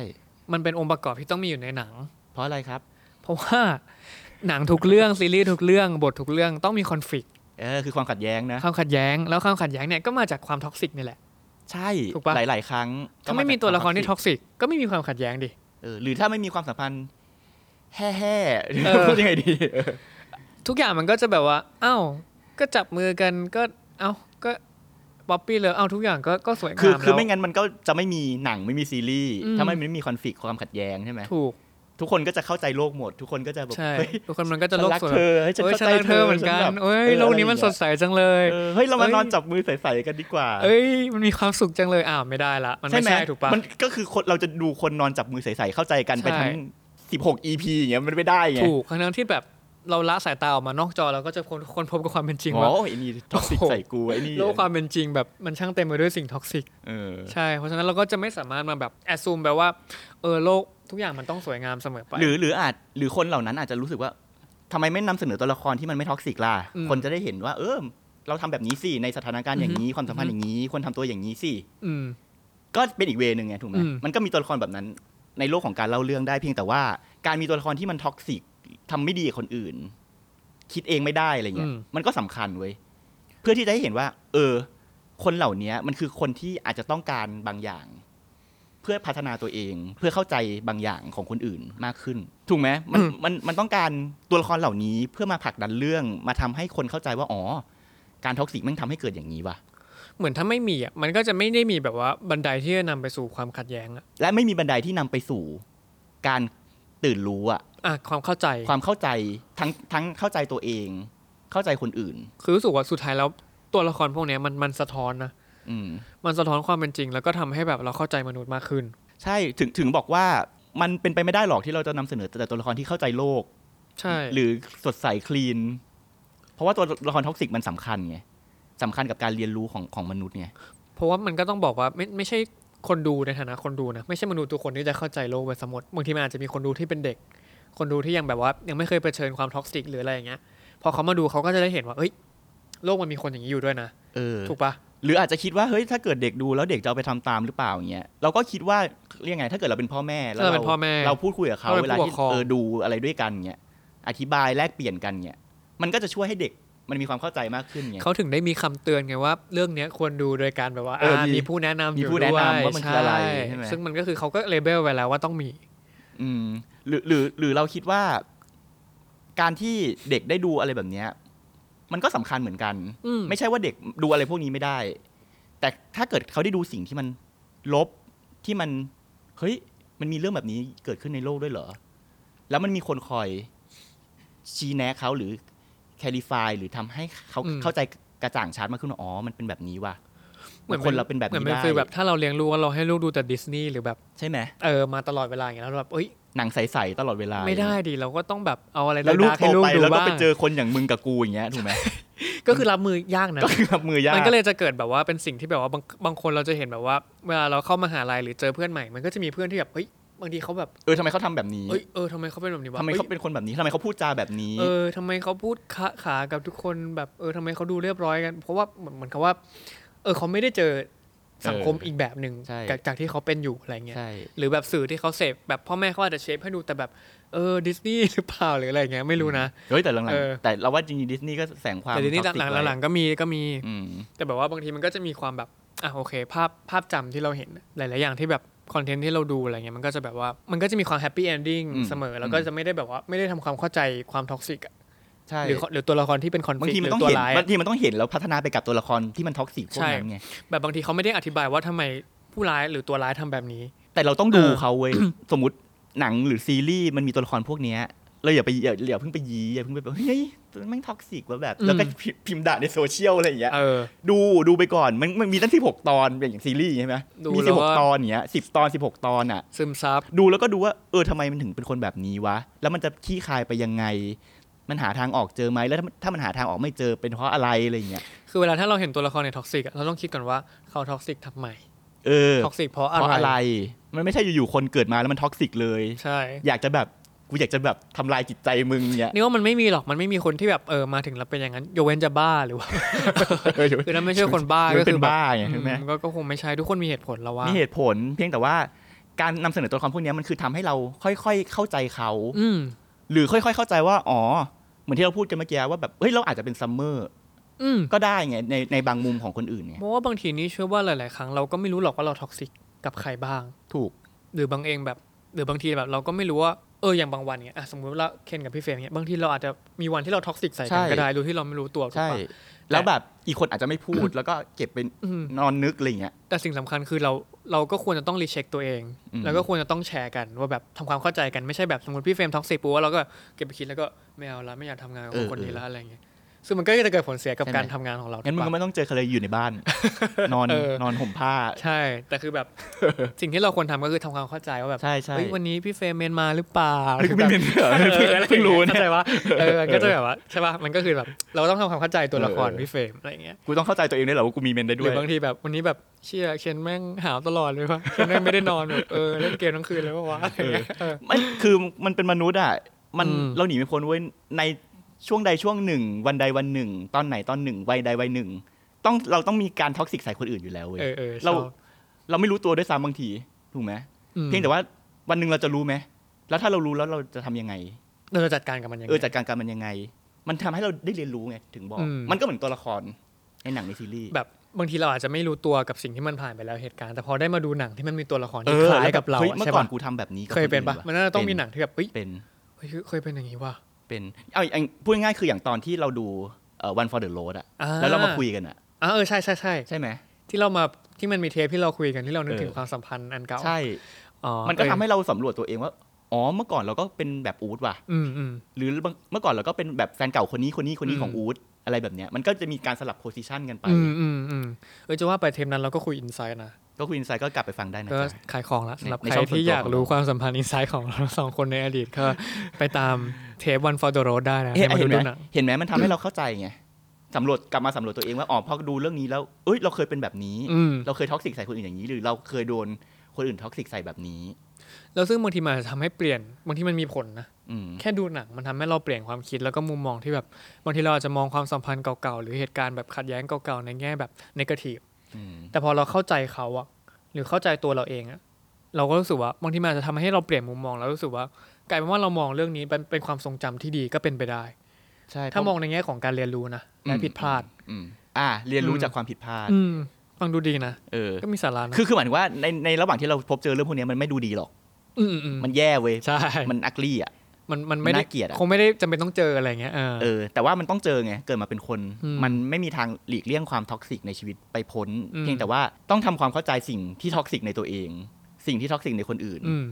Speaker 3: มันเป็นองค์ประกอบที่ต้องมีอยู่ในหนัง
Speaker 4: เพราะอะไรครับ
Speaker 3: เพราะว่าหนังทุกเรื่อง ซีรีส์ทุกเรื่อง บททุกเรื่องต้องมีคอนฟ lict
Speaker 4: เออคือความขัดแย้งนะ
Speaker 3: ความขัดแย้ง แล้วความขัดแย้งเนี่ยก็มาจากความท็อกซิกนี่แหละ
Speaker 4: ใช่
Speaker 3: ถูกปะ
Speaker 4: หลาย ๆ ครั้ง
Speaker 3: ถ้าไม่มีตัวละครที่
Speaker 4: ท็
Speaker 3: ท็
Speaker 4: อกซิ
Speaker 3: อกซิกก็ไม่มีความขัดแย้งดิ
Speaker 4: กเออหรือถ้าไม่มีความสัมพันธ์แห่
Speaker 3: เออ
Speaker 4: ๆพูดยังไงดีเออ
Speaker 3: ทุกอย่างมันก็จะแบบว่าเอ้าก็จับมือกันก็เอ้าก็ป๊อปปี้เลยเอ้าทุกอย่างก็ก็สวย
Speaker 4: คื
Speaker 3: งา
Speaker 4: อ
Speaker 3: ม
Speaker 4: คือ
Speaker 3: แล้ว
Speaker 4: ไม่งั้นมันก็จะไม่มีหนังไม่มีซีรีส์
Speaker 3: อืม
Speaker 4: ถ้าไม่มีความฟิกความขัดแย้งใช่ไหม
Speaker 3: ถูก
Speaker 4: ทุกคนก็จะเข้าใจโลกหมด ทุกคนก็จะแบบ
Speaker 3: ใช่
Speaker 4: เฮ้ย
Speaker 3: ทุกคนมันก็
Speaker 4: ฉั
Speaker 3: จะ
Speaker 4: น
Speaker 3: โลก
Speaker 4: รัก
Speaker 3: สวย
Speaker 4: เธอให้ฉัน
Speaker 3: โอ้ย
Speaker 4: เข้า
Speaker 3: ฉัน
Speaker 4: ใจ
Speaker 3: รัก
Speaker 4: เธ
Speaker 3: เธ
Speaker 4: อ
Speaker 3: อเหมือนกัน
Speaker 4: ฉัแบบ
Speaker 3: โอ้ย
Speaker 4: เออ
Speaker 3: โลกนี้มันสดใสจังเลย
Speaker 4: เออเฮ้ยเรามา
Speaker 3: เอ้ย
Speaker 4: นอนจับมือใสๆกันดีกว่า
Speaker 3: เอ้ยมันมีความสุขจังเลยอ้าวไม่ได้ละมันไม่ใช่ถูกปะ
Speaker 4: มันก็คือคนเราจะดูคนนอนจับมือใสๆเข้าใจกันไป
Speaker 3: ใช่
Speaker 4: ทั้ง 16 EP อย่างเงี้ยมันไม่ได้ไง
Speaker 3: ถูกทั้งๆที่แบบเราละสายตาออกมานอกจอเราก็จะคนคนพบกับความเป็นจริง
Speaker 4: โอ้
Speaker 3: ว่า
Speaker 4: ไอ้นี่ท็อกซิก
Speaker 3: โอ้โห
Speaker 4: ใส่กูไอ้นี่
Speaker 3: โลกความเป็นจริงแบบมันช่างเต็มไปด้วยสิ่งท็อกซิก
Speaker 4: เออ
Speaker 3: ใช่เพราะฉะนั้นเราก็จะไม่สามารถมาแบบแอดซูมแบบว่าเออโลกทุกอย่างมันต้องสวยงามเสมอไป
Speaker 4: หรือหรืออาจหรือคนเหล่านั้นอาจจะรู้สึกว่า ทำไมไม่นำเสนอตัวละครที่มันไม่ท็อกซิกล่ะ
Speaker 3: อืม
Speaker 4: คนจะได้เห็นว่า เออเราทำแบบนี้สิในสถานการณ์อย่างนี้ ความสัมพันธ์
Speaker 3: อื
Speaker 4: อ
Speaker 3: อฮึ
Speaker 4: ย่างนี้ควรทำตัวอย่างนี้สิ
Speaker 3: อืม
Speaker 4: ก็เป็นอีกเวนึงไงถูกไหม
Speaker 3: อืม
Speaker 4: มันก็มีตัวละครแบบนั้น ในโลกของการเล่าเรื่องได้เพียงแต่ว่า การมีตัวละครที่มันท็อกซิกทำไม่ดีกับคนอื่น คิดเองไม่ได้อะไรเงี้ยมันก็สำคัญเว้ยเพื่อที่จะให้เห็นว่า เออ คนเหล่านี้มันคือคนที่อาจจะต้องการบางอย่าง เพื่อพัฒนาตัวเอง เพื่อเข้าใจบางอย่างของคนอื่นมากขึ้น ถูกไหมมันมันมันต้องการตัวละครเหล่านี้เพื่อมาผลักดันเรื่องมาทำให้คนเข้าใจว่าอ๋อ การท็อกซิกแม่งทำให้เกิดอย่างนี้ว่ะ
Speaker 3: เหมือนถ้าไม่มีอ่ะมันก็จะไม่ได้มีแบบว่าบันไดที่จะนำไปสู่ความขัดแย้งอ่ะ
Speaker 4: และไม่มีบันไดที่นำไปสู่ การตื่นรู้อะ
Speaker 3: อ่ะความเข้าใจ
Speaker 4: ความเข้าใจทั้งทั้งเข้าใจตัวเอง เข้าใจคนอื่น
Speaker 3: คือรู้สึกว่าสุดท้ายแล้วตัวละครพวกเนี้ยมันมันสะท้อนนะ
Speaker 4: อืม
Speaker 3: มันสะท้อนความเป็นจริง แล้วก็ทำให้แบบเราเข้าใจมนุษย์มากขึ้น
Speaker 4: ใช่ถึงถึงบอกว่ามันเป็นไปไม่ได้หรอกที่เราจะนำเสนอแต่ตัวละครที่เข้าใจโลก
Speaker 3: ใช่
Speaker 4: หรือสดใสคลีน เพราะว่าตัวละครท็อกซิกมันสำคัญไงสำคัญกับการเรียนรู้ของของมนุษย์ไง
Speaker 3: เพราะว่ามันก็ต้องบอกว่าไม่ไม่ใช่คนดูในฐานะคนดูนะไม่ใช่มนุษย์ทุกคนที่จะเข้าใจโลกไปสมมติบางทีมันอาจจะมีคนดูที่เป็นเด็ก คนดูที่ยังแบบว่า ยังไม่เคยเผชิญความท็อกซิกหรืออะไรอย่างเงี้ยพอเขามาดูเขาก็จะได้เห็นว่าเอ้ยโลกมันมีคนอย่างนี้อยู่ด้วยนะ
Speaker 4: เออ
Speaker 3: ถูกปะ
Speaker 4: หรืออาจจะคิดว่าเฮ้ยถ้าเกิดเด็กดูแล้วเด็กจะเอาไปทำตามหรือเปล่าอย่างเงี้ยเราก็คิดว่าเรียกไง ถ้าเกิดเราเป็นพ่อแม่แล้ว
Speaker 3: ถ้าเราเป็นพ่อแม่
Speaker 4: เราพูดคุยกับเขา
Speaker 3: เราเป็
Speaker 4: เวน ลา
Speaker 3: ผู้
Speaker 4: ที่
Speaker 3: ปกครอง
Speaker 4: เออดูอะไรด้วยกันเงี้ยอธิบายแลกเปลี่ยนกันเงี้ยมันก็จะช่วยให้เด็กมันมีความเข้าใจมากขึ้นไง
Speaker 3: เขาถึงได้มีคำเตือนไงว่าเรื่องเนี้ยควรดูโดยการแบบว่า
Speaker 4: เออ
Speaker 3: อ่า
Speaker 4: มี
Speaker 3: มีผู้แนะนำ
Speaker 4: มี
Speaker 3: อยู่
Speaker 4: ผู้แนะ
Speaker 3: ด้วย
Speaker 4: นำว่ามันคืออะไรใช่ไหม
Speaker 3: ซึ่งมันก็คือเขาก็เลเบลไว้แล้วว่าต้องมี
Speaker 4: อืมหรือหรือหรือเราคิดว่า การที่เด็กได้ดูอะไรแบบเนี้ยมันก็สำคัญเหมือนกัน
Speaker 3: อืม
Speaker 4: ไม่ใช่ว่าเด็กดูอะไรพวกนี้ไม่ได้ แต่ถ้าเกิดเขาได้ดูสิ่งที่มันลบที่มันเฮ้ยมันมีเรื่องแบบนี้เกิดขึ้นในโลกด้วยเหรอ แล้วมันมีคนคอยชี้แนะเขาหรือแคลิฟายหรือทำให้เขา
Speaker 3: อืม
Speaker 4: เข้าใจกระจ่างชัดมากขึ้นว่าอ๋อมันเป็นแบบนี้ว่ะมันคน
Speaker 3: ป็
Speaker 4: เราเป็นแบบ
Speaker 3: หมือ
Speaker 4: นี้
Speaker 3: นเป็น
Speaker 4: ได้
Speaker 3: ฟีลแบบถ้าเราเลี้ยงลูกว่าเราให้ลูกดูแต่ดิสนีย์หรือแบบ
Speaker 4: ใช่ไหม
Speaker 3: เออมาตลอดเวลาอย่างเงี้ยแล้วแบบเอ้ย
Speaker 4: หนังใสๆตลอดเวลา
Speaker 3: ไม่ได้ดิเราก็ต้องแบบเอาอะไร
Speaker 4: แล้วลูก
Speaker 3: ดาร์ก
Speaker 4: โต
Speaker 3: ให้ลูก
Speaker 4: ไป
Speaker 3: ดู
Speaker 4: แล้วก็
Speaker 3: บ้าง
Speaker 4: ไปเจอคนอย่างมึงกับกูอย่างเงี้ยถูกไหม
Speaker 3: ก็คือรับมือยากนะ
Speaker 4: ก็คือรับมือยาก
Speaker 3: มันก็เลยจะเกิดแบบว่าเป็นสิ่งที่แบบว่าบางบางคนเราจะเห็นแบบว่า เวลาเราเข้ามหาลัยหรือเจอเพื่อนใหม่ มันก็จะมีเพื่อนที่แบบเฮ้ยบางทีเขาแบบ
Speaker 4: เออทำไมเขาทำแบบนี้
Speaker 3: เอ้ยเออทำไมเขาเป็นแบบนี้วะ
Speaker 4: ทำไมเขาเป็นคนแบบนี้ทำไมเขาพูดจาแบบนี้
Speaker 3: เออทำไมเขาพูดขาขากับทุกคนแบบเออทำไมเขาดูเรียบร้อยกัน เพราะว่าเหมือนเหมือนเขาว่า เออเขาไม่ได้เจอสังคม
Speaker 4: เอออี
Speaker 3: อีกแบบหนึ่ง
Speaker 4: ใช่
Speaker 3: จากจากที่เขาเป็นอยู่อะไรเงี้ย
Speaker 4: ใช่
Speaker 3: หรือแบบสื่อที่เขาเสพแบบพ่อแม่เขาอาจจะเชฟให้ดูแต่แบบเออดิสนีย์หรือเปล่าหรืออะไรเงี้ยไม่รู้นะ
Speaker 4: เฮ้ยแต่หลัง
Speaker 3: เออ
Speaker 4: ๆแต่เราว่าจริงๆดิสนีย์ก็แสงความ
Speaker 3: แต่ทีนี้หลัง
Speaker 4: ท็อกซิกไว้
Speaker 3: ๆ หลังๆก็มีก็มี
Speaker 4: อืม
Speaker 3: แต่แบบว่าบางทีมันก็จะมีความแบบอ่ะโอเค ภาพภาพจำที่เราเห็นหลาย ๆ อย่างที่แบบคอนเทนต์ที่เราดูอะไรเงี้ยมันก็จะแบบว่ามันก็จะมีความแฮปปี้เอนดิ้ง
Speaker 4: อืม
Speaker 3: เสมอ แล้วก็
Speaker 4: อืม
Speaker 3: จะไม่ได้แบบว่าไม่ได้ทำความเข้าใจความท็อกซิกอะ
Speaker 4: ใช่
Speaker 3: หรือหรือตัวละครที่เป็นคอนฟ
Speaker 4: บาง
Speaker 3: lict
Speaker 4: ที
Speaker 3: ห
Speaker 4: มัน
Speaker 3: รือ
Speaker 4: ต้อง
Speaker 3: ตัว
Speaker 4: เห็น
Speaker 3: ร้าย
Speaker 4: บา
Speaker 3: อะ
Speaker 4: งทีมันต้องเห็นแล้วพัฒนาไปกับตัวละครที่มันท็อกซิกพวกนั้นไง
Speaker 3: แบบบางทีเขาไม่ได้อธิบายว่าทำไมผู้ร้ายหรือตัวร้ายทำแบบนี้
Speaker 4: แต่เราต้องดู
Speaker 3: เออ
Speaker 4: เขาเว้ย สมมติหนังหรือซีรีส์มันมีตัวละครพวกเนี้ยเราอย่าไปอย่าอย่าเพิ่งไปยีอย่าเพิ่งไปแบบเฮ้ยแม่งท็อกซิกว่ะแบบ แล้วก็พิพิมพ์ด่าในโซเชียลอะไรอย่างเงี้ย
Speaker 3: เออ
Speaker 4: ดูดูไปก่อนมันมันมีตั้งสิบหกตอนเป็นอย่างซีรีส์ใช่ไหม
Speaker 3: ดู
Speaker 4: มี
Speaker 3: แล้
Speaker 4: สิ
Speaker 3: ว
Speaker 4: บหก
Speaker 3: ว่า
Speaker 4: ตอนอย่างเนี้ยสิบตอนสิบหกตอนอ่ะ
Speaker 3: ซึมซับ
Speaker 4: ดูแล้วก็ดูว่าเออทำไมมันถึงเป็นคนแบบนี้วะ แล้วมันจะขี้คายไปยังไง มันหาทางออกเจอไหมแล้วถ้าถ้ามันหาทางออกไม่เจอเป็นเพราะอะไรอะไรอย่างเงี้ย
Speaker 3: คือเวลาถ้าเราเห็นตัวละครในท็อกซิกเราต้องคิดก่อนว่าเขาท็อกซิกทำไม
Speaker 4: เออ
Speaker 3: ท็อกซิกเพราะ
Speaker 4: เพ
Speaker 3: อะ
Speaker 4: ราะอะไร
Speaker 3: ไร
Speaker 4: มันไม่ใช่อยู่ๆคนเกิดมาแล้วมันท็อกซิกเลย
Speaker 3: ใช่
Speaker 4: อยากจะแบบกูอยากจะแบบทำลายจิตใจมึงเนี่ย
Speaker 3: นี่ว่ามันไม่มีหรอกมันไม่มีคนที่แบบเออมาถึงแล้วเป็นอย่างนั้นยกเว้นจะบ้าหรือว่า
Speaker 4: เออเดี๋ยว
Speaker 3: คือถ้าไม่ใช่คนบ้า
Speaker 4: เดี๋ยว
Speaker 3: ก็
Speaker 4: เป็
Speaker 3: คือน แบบ
Speaker 4: บ้าไงใช่ไหม
Speaker 3: อืมก็ก็คงไม่ใช่ทุกคนมีเหตุผลแล้วว่า
Speaker 4: มีเหตุผลเพียงแต่ว่าการนำเสนอตัวละครพวกเนี้ยมันคือทำให้เราค่อยๆเข้าใจเขา
Speaker 3: อืม
Speaker 4: หรือค่อยๆเข้าใจว่าอ๋อเหมือนที่เราพูดกันเมื่อกี้ว่าแบบเฮ้ยเราอาจจะเป็นซัมเมอร์
Speaker 3: อืม
Speaker 4: ก็ได้ไงในในบางมุมของคนอื่นไง
Speaker 3: เพราะว่าบางทีนี้เชื่อว่าหลาย ๆ ครั้งเราก็ไม่รู้หรอกว่าเราท็อกซิกกับใครบ้าง
Speaker 4: ถูก
Speaker 3: หรือบางเองแบบ หรือบางทีแบบเราก็ไม่รู้ว่าเอออย่างบางวันเนี่ยอ่ะสมมติว่าเคนกับพี่เฟรมเนี่ยบางทีเราอาจจะมีวันที่เราท็อกซิกใส่
Speaker 4: ใช่
Speaker 3: กันก็ได้โดยที่เราไม่รู้ตัวถูก
Speaker 4: ใช่
Speaker 3: ปะ
Speaker 4: แล้วแบบอีกคนอาจจะไม่พูด แล้วก็เก็บเป็น
Speaker 3: อืม
Speaker 4: นอนนึกอะไรเงี้ย
Speaker 3: แต่สิ่งสำคัญคือเราเราก็ควรจะต้องรีเช็คตัวเอง
Speaker 4: อืม
Speaker 3: แล้วก็ควรจะต้องแชร์กันว่าแบบทำความเข้าใจกันไม่ใช่แบบสมมติพี่เฟรมท็อกซิกปุ๊บแล้วเราก็เก็บไปคิดแล้วก็ไม่เอาละไม่อยากทำงานกับคนนี้ละอะไรอย่างเงี้ยซึ่งมันก็จะเกิดผลเสียกับการทำงานของเราถู
Speaker 4: งั้นมึง
Speaker 3: ปะ
Speaker 4: ก็ไม่ต้องเจอใครเลยอยู่ในบ้าน นอน
Speaker 3: เออ
Speaker 4: นอนห่มผ้า
Speaker 3: ใช่ แต่คือแบบ สิ่งที่เราควรทำก็คือทำความเข้าใจว่าแบบ
Speaker 4: ใช่ใช่
Speaker 3: เฮ้ยวันนี้พี่เฟรมเมนมาหรือเปล่า
Speaker 4: เฮ้ยกูไม่เป็นเหรอ
Speaker 3: เออ
Speaker 4: เพิ่งเพิ่งรู้
Speaker 3: เข้า
Speaker 4: เนี่ย
Speaker 3: ใจว่าเออมันก็จะแบบว่าใช่ป่ะมันก็คือแบบ เราต้องทำความเข้าใจตัวละคร
Speaker 4: เออเออ
Speaker 3: พี่เฟรมอะไรอย่างเงี้ย
Speaker 4: กูต้องเข้าใจตัวเองด้วยเหรอว่ากูมีเมนได้
Speaker 3: หรื
Speaker 4: ด้วย
Speaker 3: อบางทีแบบวันนี้แบบเชียเคนแม่งหาวตลอดเลยว่ะเคนแม่งไม่ได้นอนแบบเออเล่นเกมทั้งคืนเลยว่าวะอะไรอย่างเงี้ยเออ
Speaker 4: มันคือมันเป็นมนุษย์อ่ะ มัน
Speaker 3: อืม
Speaker 4: เราหนีไม่พ้นเว้ยในช่วงใดช่วงหนึ่ง วันใดวันหนึ่ง ตอนไหนตอนหนึ่งวัยใดวัยหนึ่ง ต้องเราต้องมีการท็อกซิกใส่คนอื่นอยู่แล้วเว้ย
Speaker 3: เออเออ
Speaker 4: เรา
Speaker 3: ชอบ
Speaker 4: เราไม่รู้ตัวด้วยซ้ำบางทีถูกไหม
Speaker 3: อืม
Speaker 4: เพียงแต่ว่าวันหนึ่งเราจะรู้ไหมแล้วถ้าเรารู้แล้วเราจะทำยังไง
Speaker 3: เราจะจัดการกับมันยังไง
Speaker 4: เออจัดการกับมันยังไง มันทำให้เราได้เรียนรู้ไงถึงบอก
Speaker 3: อืม
Speaker 4: มันก็เหมือนตัวละครในหนังในซีรีส์
Speaker 3: แบบบางทีเราอาจจะไม่รู้ตัวกับสิ่งที่มันผ่านไปแล้วเหตุการณ์แต่พอได้มาดูหนังที่มันมีตัวละครที่คล้ายกับเรา
Speaker 4: เฮ้ย
Speaker 3: อะ
Speaker 4: เมื่อ
Speaker 3: ใช่
Speaker 4: ก่อ
Speaker 3: ปะ
Speaker 4: นกูทำแบบนี้กับ
Speaker 3: เคยเป็นปะ
Speaker 4: คอื่ว
Speaker 3: มันน่าจะต้องมีหนังที่แบบเฮ้ย
Speaker 4: เป็น
Speaker 3: เฮ้ยเคยเป็นอย่างนี้ว่ะ
Speaker 4: เป็นเอาอย่างพูดง่ายๆคืออย่างตอนที่เราดูวันฟอร์เดอ Road อะ
Speaker 3: อ่
Speaker 4: แล้วเรามาคุยกันอะ
Speaker 3: อ่าเออใช่ใช่ใช่
Speaker 4: ใช่ไหม
Speaker 3: ที่เรามาที่มันมีเทปที่เราคุยกันที่เรานึก
Speaker 4: เออ
Speaker 3: ถึงความสัมพันธ์อันเก่า
Speaker 4: ใช่
Speaker 3: อ๋อ
Speaker 4: มันก็
Speaker 3: เออ
Speaker 4: ทำให้เราสำรวจตัวเองว่า อ๋อเมื่อก่อนเราก็เป็นแบบอูดว่ะ
Speaker 3: อืมอืม
Speaker 4: หรือเมื่อก่อนเราก็เป็นแบบแฟนเก่าคนนี้คนนี้คนนี้
Speaker 3: อืม
Speaker 4: ของอูดอะไรแบบเนี้ยมันก็จะมีการสลับโพซิชันกันไป
Speaker 3: อืมอืมอืมเออจะว่าไปเทปนั้นเราก็คุยอินไซด์นะ
Speaker 4: ก็คุยอินไซด์ก็กลับไปฟังได้นะ
Speaker 3: ก็
Speaker 4: จ๊ะ
Speaker 3: ขายของละสำหรับ
Speaker 4: ใน
Speaker 3: ใคร
Speaker 4: ช่องส่วนตัว
Speaker 3: ที่อยากรู้ความสัมพันธ์อินไซด์ของเราสองคนในอดีตก็ ไปตามเทปวันฟอร์ดโรดได้นะ
Speaker 4: เห็น
Speaker 3: ให้มาดู
Speaker 4: ไหม
Speaker 3: ดูหนัง
Speaker 4: เห็นไหมมันทำให้เราเข้าใจไงสำรวจกลับมาสำรวจตัวเองว่าอ๋อพอดูเรื่องนี้แล้วเอ้ยเราเคยเป็นแบบนี้
Speaker 3: อืม
Speaker 4: เราเคยท็อกซิกใส่คนอื่นอย่างนี้ หรือเราเคยโดนคนอื่นท็อกซิกใส่แบบนี้
Speaker 3: แล้วซึ่งบางทีมันอาจจะทำให้เปลี่ยนบางทีมันมีผลนะ
Speaker 4: อืม
Speaker 3: แค่ดูหนังมันทำให้เราเปลี่ยนความคิดแล้วก็มุมมองที่แบบบางทีเราอาจจะมองความสัมพันธ์เก่าๆ หรือเหตุการณ์แบบขัดแย้งเก่าๆ ในแง่แบบนกาทีฟ
Speaker 4: อืม
Speaker 3: แต่พอเราเข้าใจเขาอะหรือเข้าใจตัวเราเองอะเราก็รู้สึกว่าบางทีมันอาจจะทำให้เราเปลี่ยนมุมมองแล้วรู้สึกว่ากลายเป็นว่าเรามองเรื่องนี้เป็นเป็นความทรงจำที่ดีก็เป็นไปได้
Speaker 4: ใช่
Speaker 3: ถ้ามองในแง่ของการเรียนรู้นะและผิดพลาด
Speaker 4: อืมอ่า เรียนรู้
Speaker 3: อืม
Speaker 4: จากความผิดพลาด
Speaker 3: อืมฟังดูดีนะ
Speaker 4: เออ
Speaker 3: ก็มีสาระนะ
Speaker 4: คือคือหมายถึงว่าในในระหว่างที่เราพบเจอเรื่องพวกนี้มันไม่ดูดีหรอก
Speaker 3: อืมอืม
Speaker 4: มันแย่เว้ย
Speaker 3: ใช่
Speaker 4: มันอักลี่อ่ะ
Speaker 3: มันมันไม่ได้
Speaker 4: น่าเกลียดอะ
Speaker 3: คงไม่ได้จำเป็นต้องเจออะไรเงี้ยเออ
Speaker 4: เออ แต่ว่ามันต้องเจอไง เกิดมาเป็นคน
Speaker 3: อืม
Speaker 4: มันไม่มีทางหลีกเลี่ยงความท็อกซิกในชีวิตไปพ้น
Speaker 3: อืม
Speaker 4: เพียงแต่ว่าต้องทำความเข้าใจสิ่งที่ท็อกซิกในตัวเอง สิ่งที่ท็อกซิกในคนอื่น
Speaker 3: อืม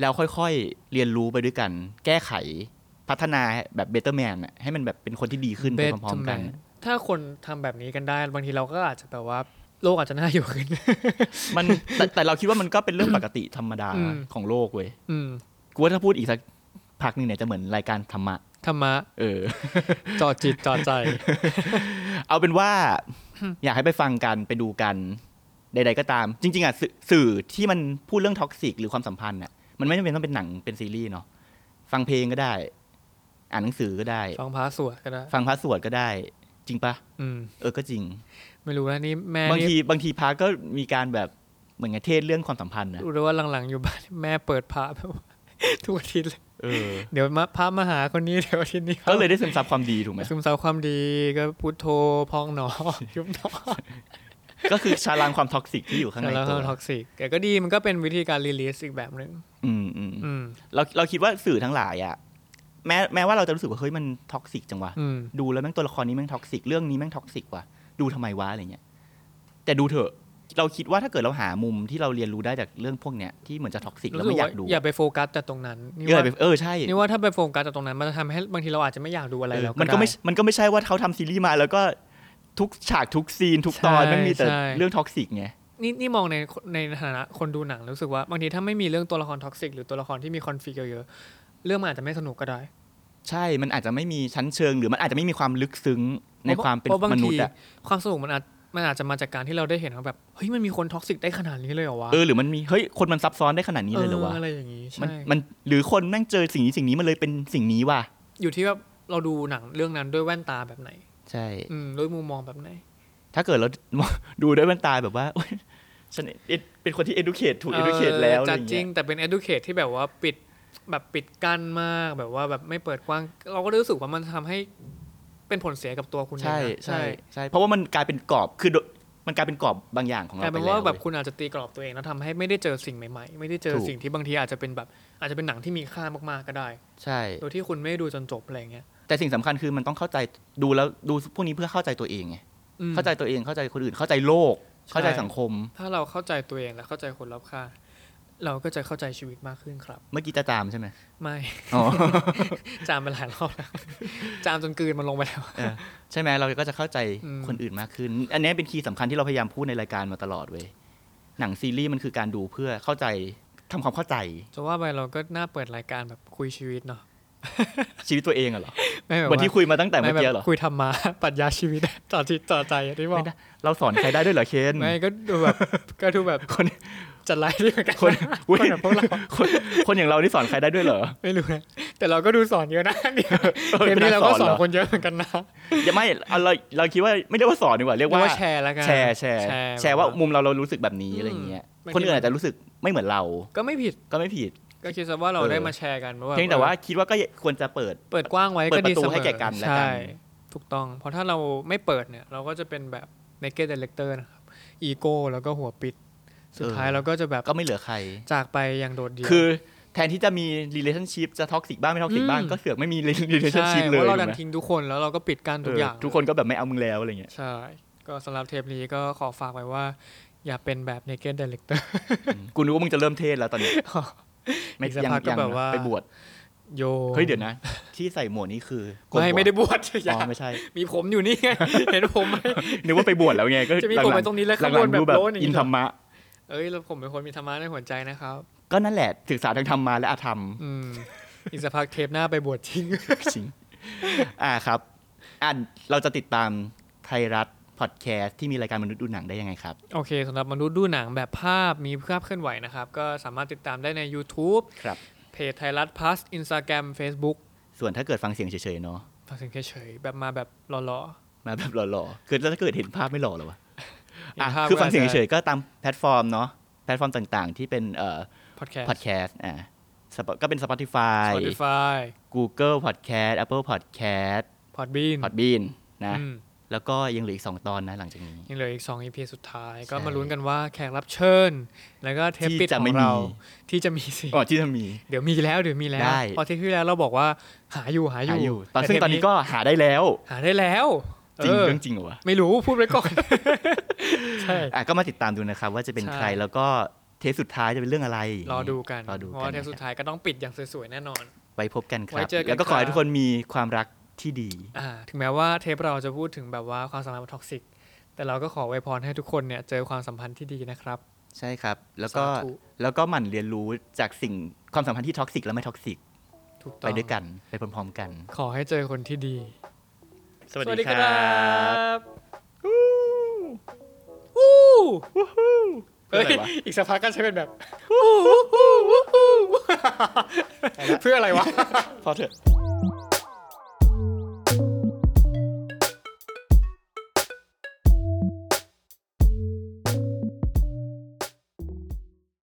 Speaker 4: แล้วค่อยๆ เรียนรู้ไปด้วยกัน แก้ไข พัฒนาแบบเบเตอร์แมนให้มันแบบเป็นคนที่ดีขึ้นไปพร้อมๆกัน
Speaker 3: Better man ถ้าคนทำแบบนี้กันได้ บางทีเราก็อาจจะแบบว่าโลกอาจจะน่าอยู่ขึ้น
Speaker 4: มันแต่แต่เราคิดว่ามันก็เป็นเรื่องปกติธรรมดา
Speaker 3: อืม
Speaker 4: ของโลกเว้ย
Speaker 3: อืม
Speaker 4: กูว่าถ้าพูดอีกสักพักหนึ่งเนี่ยจะเหมือนรายการธรรมะ
Speaker 3: ธรรมะ
Speaker 4: เออ
Speaker 3: จอจิตจอใจ
Speaker 4: เอาเป็นว่า อยากให้ไปฟังกันไปดูกันใด ๆ ก็ตาม จริง ๆอ่ะสื่อสื่อที่มันพูดเรื่องท็อกซิกหรือความสัมพันธ์อ่ะมันไม่จำเป็นต้องเป็นหนังเป็นซีรีส์เนาะฟังเพลงก็ได้ อ่านหนังสือก็ได้
Speaker 3: ฟังพระสวดก็ได้
Speaker 4: ฟังพระสวดก็ได้ จริงปะ
Speaker 3: อืม
Speaker 4: เออก็จริง
Speaker 3: ไม่รู้นะนี่แม่
Speaker 4: บาง
Speaker 3: นี่
Speaker 4: ทีบางทีพระก็มีการแบบเหมือนไงเทศเรื่องความสัมพันธ์นะ
Speaker 3: รู้เลยว่าหลังๆอยู่บ้านแม่เปิดพระแบบ ว่า ทุกอาทิตย์เลย
Speaker 4: เออ
Speaker 3: เดี๋ยวมาพระมาหาคนนี้เดี๋ยวอา ทิตย์นี้พระ
Speaker 4: ก็เลยได้ซึมซับความดีถูกไหม
Speaker 3: ซึมซับความดีก็พุทโธพองห นอ ยุบหนอ
Speaker 4: ก็คือชาลางความท็อกซิกที่อยู่ข้างใน
Speaker 3: แล้ว
Speaker 4: ตั
Speaker 3: ก็
Speaker 4: ว
Speaker 3: ท็อกซิกแต่ก็ดีมันก็เป็นวิธีการรีลีสอีกแบบหนึ่ง
Speaker 4: อืมอืม
Speaker 3: อืม
Speaker 4: เราเราคิดว่าสื่อทั้งหลายอะแม้แม้ว่าเราจะรู้สึกว่าเฮ้ยมันท็อกซิกจังวะ
Speaker 3: อืม
Speaker 4: ดูแล้วแม่งตัวละครนี้แม่งท็อกซิกเรื่องนี้แม่งท็อกซิกว่ะดูทำไมวะอะไรเงี้ยแต่ดูเถอะ เราคิดว่าถ้าเกิดเราหามุมที่เราเรียนรู้ได้จากเรื่องพวกเนี้ยที่เหมือนจะท็อกซิกแล้วไม่อยากดู
Speaker 3: รู้สึว่อย่าไปโฟกัสแต่ตรงนั้นนี่
Speaker 4: เออ
Speaker 3: ว่า
Speaker 4: เออใช่
Speaker 3: นี่ว่าถ้าไปโฟกัสจากตรงนั้นมันจะทำให้บางทีเราอาจจะไม่อยากดูอะไรแล้ว
Speaker 4: มันก็ไม่
Speaker 3: ด้
Speaker 4: มันก็ไม่ใช่ว่าเขาทำซีรีส์มาแล้วก็ทุกฉากทุกซีนทุกตอน
Speaker 3: ใช่
Speaker 4: แม่งมีแต่
Speaker 3: ใช่
Speaker 4: เรื่องท็อกซิกไง
Speaker 3: นี่นี่มองในในฐานะคนดูหนังรู้สึกว่าบางทีถ้าไม่มีเรื่องตัวละครท็อกซิกหรือตัวละครที่มีคอนฟ lict เยอะๆเรื่องมันอาจจะไม่สนุกก็ได้
Speaker 4: ใช่มันอาจจะไม่มีชั้นเชิง หรือมันอาจจะไม่มีความลึกซึ้งในความเป็น
Speaker 3: พระบง
Speaker 4: มนุษ
Speaker 3: ที
Speaker 4: ย์อะ
Speaker 3: ความสนุกมันอาจมันอาจจะมาจากการที่เราได้เห็นว่าแบบเฮ้ยมันมีคนท็อกซิกได้ขนาดนี้เลยเหรอวะ
Speaker 4: เออหรือมันมีเฮ้ยคนมันซับซ้อนได้ขนาดนี้เลยเหรอวะ
Speaker 3: ไรอย่างนี้
Speaker 4: มัน
Speaker 3: ใช่
Speaker 4: มันหรือคนแม่งเจอสิ่งนี้สิ่งนี้มันเลยเป็นสิ่งนี้ว่ะ
Speaker 3: อยู่ที่ว่าเราดูหนังเรื่องนั้นด้วยแว่นตาแบบไหน
Speaker 4: ใช่
Speaker 3: อืมด้วยมุมมองแบบไหน
Speaker 4: ถ้าเกิดเรา ดูด้วยแว่นตาแบบว่าโอ๊ยฉัน ed- เป็นคนที่ educate ถูก
Speaker 3: เออ
Speaker 4: educate แล้วอะไร
Speaker 3: จัดจริ
Speaker 4: เงี้
Speaker 3: ง
Speaker 4: ย
Speaker 3: แต่เป็น educate ที่แบบว่าปิดแบบปิดกั้นมากแบบว่าแบบไม่เปิดกว้าง เราก็รู้สึกว่ามันทำให้เป็นผลเสียกับตัวคุณเอง
Speaker 4: ใช่
Speaker 3: นะ
Speaker 4: ใช่ใช่เพราะว่ามันกลายเป็นกรอบคือโดมันกลายเป็นกรอบบางอย่างของ
Speaker 3: กลาย
Speaker 4: เราไป
Speaker 3: เป็น
Speaker 4: แล้ว
Speaker 3: ว่าแบบ
Speaker 4: เว้ย
Speaker 3: คุณอาจจะตีกรอบตัวเองแล้วทำให้ไม่ได้เจอสิ่งใหม่ ๆ ไม่ได้เจอ
Speaker 4: ถูก
Speaker 3: สิ่งที่บางทีอาจจะเป็นแบบอาจจะเป็นหนังที่มีค่ามากๆก็ได้
Speaker 4: ใช่
Speaker 3: โดยที่คุณไม่ได้ดูจนจบอะไรเงี้ย
Speaker 4: แต่สิ่งสำคัญคือมันต้องเข้าใจดูแล้วดูพวกนี้เพื่อเข้าใจตัวเองไง
Speaker 3: อืม
Speaker 4: เข้าใจตัวเองเข้าใจคนอื่นเข้าใจโลก เข้าใจ
Speaker 3: ใช่
Speaker 4: สังคม
Speaker 3: ถ้าเราเข้าใจตัวเองและเข้าใจคนรอบข้างเราก็จะเข้าใจชีวิตมากขึ้นครับ
Speaker 4: เมื่อกี้จะตามใช่ไหม
Speaker 3: ไม่
Speaker 4: อ๋อ
Speaker 3: จามไปหลายรอบแล้ว จามจนกลืนมันลงไปแล้ว
Speaker 4: เออใช่ไหมเราก็จะเข้าใจ
Speaker 3: อืม
Speaker 4: คนอื่นมากขึ้น อันนี้เป็นคีย์สำคัญที่เราพยายามพูดในรายการมาตลอดเว้ยหนังซีรีส์มันคือการดูเพื่อเข้าใจทำความเข้าใจ
Speaker 3: จะว่าไปเราก็น่าเปิดรายการแบบคุยชีวิตเนาะ
Speaker 4: ชีวิตตัวเองอะเหรอ
Speaker 3: ไม่แบบ
Speaker 4: เหมือน
Speaker 3: ว่า
Speaker 4: ที่คุยมาตั้งแต่เมื่อกี้เห
Speaker 3: ไม่
Speaker 4: รอ
Speaker 3: แบบคุย ธรรมะ ปรัชญาชีวิต ต่อจิตต่อใจอย่างที่บอก
Speaker 4: ไม่ได้เราสอนใครได้ด้วยเหรอเคน
Speaker 3: ไม่ก็ดูแบบ ก็ดูแบบ
Speaker 4: คน
Speaker 3: จัดไลฟ์ด้วยเหมือนกัน
Speaker 4: คน
Speaker 3: ค
Speaker 4: อุ๊
Speaker 3: น
Speaker 4: ย
Speaker 3: แบบพวกเรา
Speaker 4: คนคนอย่างเราที่สอนใครได้ด้วยเหรอ
Speaker 3: ไม่รู้นะ แต่เราก็ดูสอนเยอะนะเนี่ย
Speaker 4: เออ
Speaker 3: เทปนี้เราก็สอน
Speaker 4: หร
Speaker 3: คนเยอะเหมือนกันนะ
Speaker 4: ยังไม่เอาเราเราคิดว่าไม่ได้ว่าสอนดีกว่าเรียก
Speaker 3: เรียก
Speaker 4: ว่า
Speaker 3: ว่าแชร์แล้วกัน
Speaker 4: แชร์แชร์
Speaker 3: แชร์
Speaker 4: แชร์ว่ามุมเราเรารู้สึกแบบนี้อะไรอย่างเงี้ยคนอื่นอาจจะรู้สึกไม่เหมือนเรา
Speaker 3: ก็ไม่ผิด
Speaker 4: ก็ไม่ผิด
Speaker 3: ก็คิดซะว่าเรา
Speaker 4: เออ
Speaker 3: ได้มาแชร์กันว่า
Speaker 4: เพียงแต่ว่าคิดว่าก็ควรจะเปิด
Speaker 3: เปิดกว้างไว้
Speaker 4: เปิ
Speaker 3: ก็
Speaker 4: ด
Speaker 3: ดี
Speaker 4: ประตู
Speaker 3: เสมอ
Speaker 4: ให้แก่กันและกัน
Speaker 3: ใช่ ถูกต้อง เพราะถ้าเราไม่เปิดเนี่ย เราก็จะเป็นแบบในเกตเดเลกเตอร์นะครับอีโก้แล้วก็หัวปิด สุดท้ายเราก็จะแบบ
Speaker 4: ก็ไม่เหลือใคร
Speaker 3: จากไปอย่างโดดเดี่ยว
Speaker 4: คือแทนที่จะมี relationship จะ toxic บ้าง ไม่ toxic บ้าง
Speaker 3: อืม
Speaker 4: ก็เสือกไม่มี
Speaker 3: ใช่
Speaker 4: relationship เล
Speaker 3: เพ
Speaker 4: ย
Speaker 3: ราะเรา
Speaker 4: ถู
Speaker 3: ดัน
Speaker 4: กไหม
Speaker 3: ทิ้งทุกคนแล้วเราก็ปิดกั้นทุกอย่าง
Speaker 4: เออทุกคนก็แบบไม่เอามึงแล้วอะไรเงี้ย
Speaker 3: ใช่ ก็สำหรับเทปนี้ก็ขอฝากไว้ว่า อย่าเป็นแบบในเกตเดเลกเตอร์
Speaker 4: กูนึกว่ามึงจะเริ่มเทศแล้วตอนนี้ไม่
Speaker 3: อีกสัก
Speaker 4: ยัง
Speaker 3: พักก็
Speaker 4: ยัง
Speaker 3: แบบว่า
Speaker 4: ไปบวช
Speaker 3: โย
Speaker 4: เฮ้ยเดี๋ยวนะ ที่ใส่หมวกนี่คือโกน
Speaker 3: ไม่
Speaker 4: หัว
Speaker 3: ไม่ได้บวช อ
Speaker 4: อ๋
Speaker 3: ย่า
Speaker 4: อไม่ใช่
Speaker 3: มีผมอยู่ นี่ไงเห็นผมไหม
Speaker 4: นึกว่าไปบวชแล้วไงก็
Speaker 3: จะมี
Speaker 4: หลั
Speaker 3: ผม
Speaker 4: ง
Speaker 3: ไว้ตรงนี้แล้ว
Speaker 4: หลั
Speaker 3: ข้างบน
Speaker 4: ง
Speaker 3: แบ
Speaker 4: ๆดู
Speaker 3: บ
Speaker 4: แบบ
Speaker 3: โล้นอย่าง
Speaker 4: อิน
Speaker 3: นี้
Speaker 4: ธรรมะ
Speaker 3: เอ้ยแล้วผมเป็นคนมีธรรมะในหัวใจนะครับ
Speaker 4: ก็นั่นแหละศึกษาทางธรรมมาและอาธรรม
Speaker 3: อืม อีกสักพักเทปหน้าไปบวชจริง
Speaker 4: จริง อ่าครับอ่าเราจะติดตามไทยรัฐพอดแคสต์ที่มีรายการมนุษย์ดูหนังได้ยังไงครับ
Speaker 3: โอเคสำหรับมนุษย์ดูหนังแบบภาพมีภาพเคลื่อนไหวนะครับ ก็สามารถติดตามได้ใน YouTube
Speaker 4: ครับ
Speaker 3: เพจไทยรัฐพลัสอินสตาแกรม Facebook
Speaker 4: ส่วนถ้าเกิดฟังเสียงเฉยๆเนาะ
Speaker 3: ฟังเสียงเฉยๆแบบมาแบบหล่อ
Speaker 4: มาแบบหล่อๆ คือแล้วถ้าเกิดเห็นภาพไม่หล่อเหรอวะ
Speaker 3: เห็น
Speaker 4: อ่ะ
Speaker 3: ภาพ
Speaker 4: คือฟังเสียง
Speaker 3: ก็อาจจะ
Speaker 4: เฉยๆก็ตามแพลตฟอร์มเนาะ แพลตฟอร์มต่างๆ ที่เป็นเอ่อ
Speaker 3: ๆ พอดแคส
Speaker 4: พอด
Speaker 3: ต์
Speaker 4: แคสต์อ่ะ Spo- ก็เป็น Spotify
Speaker 3: Spotify
Speaker 4: Google Podcast Apple Podcast
Speaker 3: Podbean
Speaker 4: Podbean นะ
Speaker 3: อืม
Speaker 4: แล้วก็ยังเหลืออีก 2 ตอนนะหลังจากนี้
Speaker 3: ยังเหลืออีก 2 EP สุดท้าย ก็
Speaker 4: ใช่
Speaker 3: มาลุ้นกันว่าแขกรับเชิญ แล้วก็เทปปิ
Speaker 4: ที่
Speaker 3: ด
Speaker 4: จะ
Speaker 3: ขอ
Speaker 4: ไม่
Speaker 3: ง
Speaker 4: มี
Speaker 3: เราที่จะมีสิ
Speaker 4: อ๋อที่จะมี
Speaker 3: เดี๋ยวมีแล้วเดี๋ยวมีแล้ว
Speaker 4: ได้
Speaker 3: เพอเทปที่แล้วเราบอกว่าหาอยู่หาอ
Speaker 4: หา
Speaker 3: ยู่
Speaker 4: อยู่ ตอน
Speaker 3: แ
Speaker 4: ซึ่งตอนนี้ก็หาได้แล้ว
Speaker 3: หาได้แล้ว
Speaker 4: จริง
Speaker 3: เออ
Speaker 4: เรื่องจริงเหรอวะ
Speaker 3: ไม่รู้พูดไว้ก่อน ใช่
Speaker 4: อ่ะก็มาติดตามดูนะครับ ว่าจะเป็น
Speaker 3: ใช่
Speaker 4: ใครแล้วก็เทปสุดท้ายจะเป็นเรื่องอะไร
Speaker 3: รอดูกัน
Speaker 4: รอดู
Speaker 3: เพ
Speaker 4: กัน
Speaker 3: ราะว่าเทปสุด
Speaker 4: นะครับ
Speaker 3: ท้ายก็ต้องปิดอย่างสวยๆแน่นอน
Speaker 4: ไว้พบกันค
Speaker 3: ไว้
Speaker 4: รับ
Speaker 3: เจอกัน
Speaker 4: แล้วก็ขอ
Speaker 3: ครั
Speaker 4: ให้
Speaker 3: บ
Speaker 4: ทุกคนมีความรักที่ดี
Speaker 3: อ่า ถึงแม้ว่าเทปเราจะพูดถึงแบบว่าความสัมพันธ์มันท็อกซิก แต่เราก็ขอไวยพรให้ทุกคนเนี่ยเจอความสัมพันธ์ที่ดีนะครับ
Speaker 4: ใช่ครับ แล้วก็
Speaker 3: สาธุ
Speaker 4: แล้วก็หมั่นเรียนรู้จากสิ่งความสัมพันธ์ที่ท็อกซิกและไม่ท็อกซิก
Speaker 3: ถูกต้
Speaker 4: ไป
Speaker 3: อง
Speaker 4: ด้วยกัน ไปพร้อมๆกัน
Speaker 3: ขอให้เจอคนที่ดีบวู้วู้
Speaker 4: เพื่
Speaker 3: เฮ้
Speaker 4: อย อะไรวะ
Speaker 3: อีกสักพักก็ใช้เป็นแบบวู้วู้วู้วู้เพื่ออะไรวะ
Speaker 4: พอเถอะ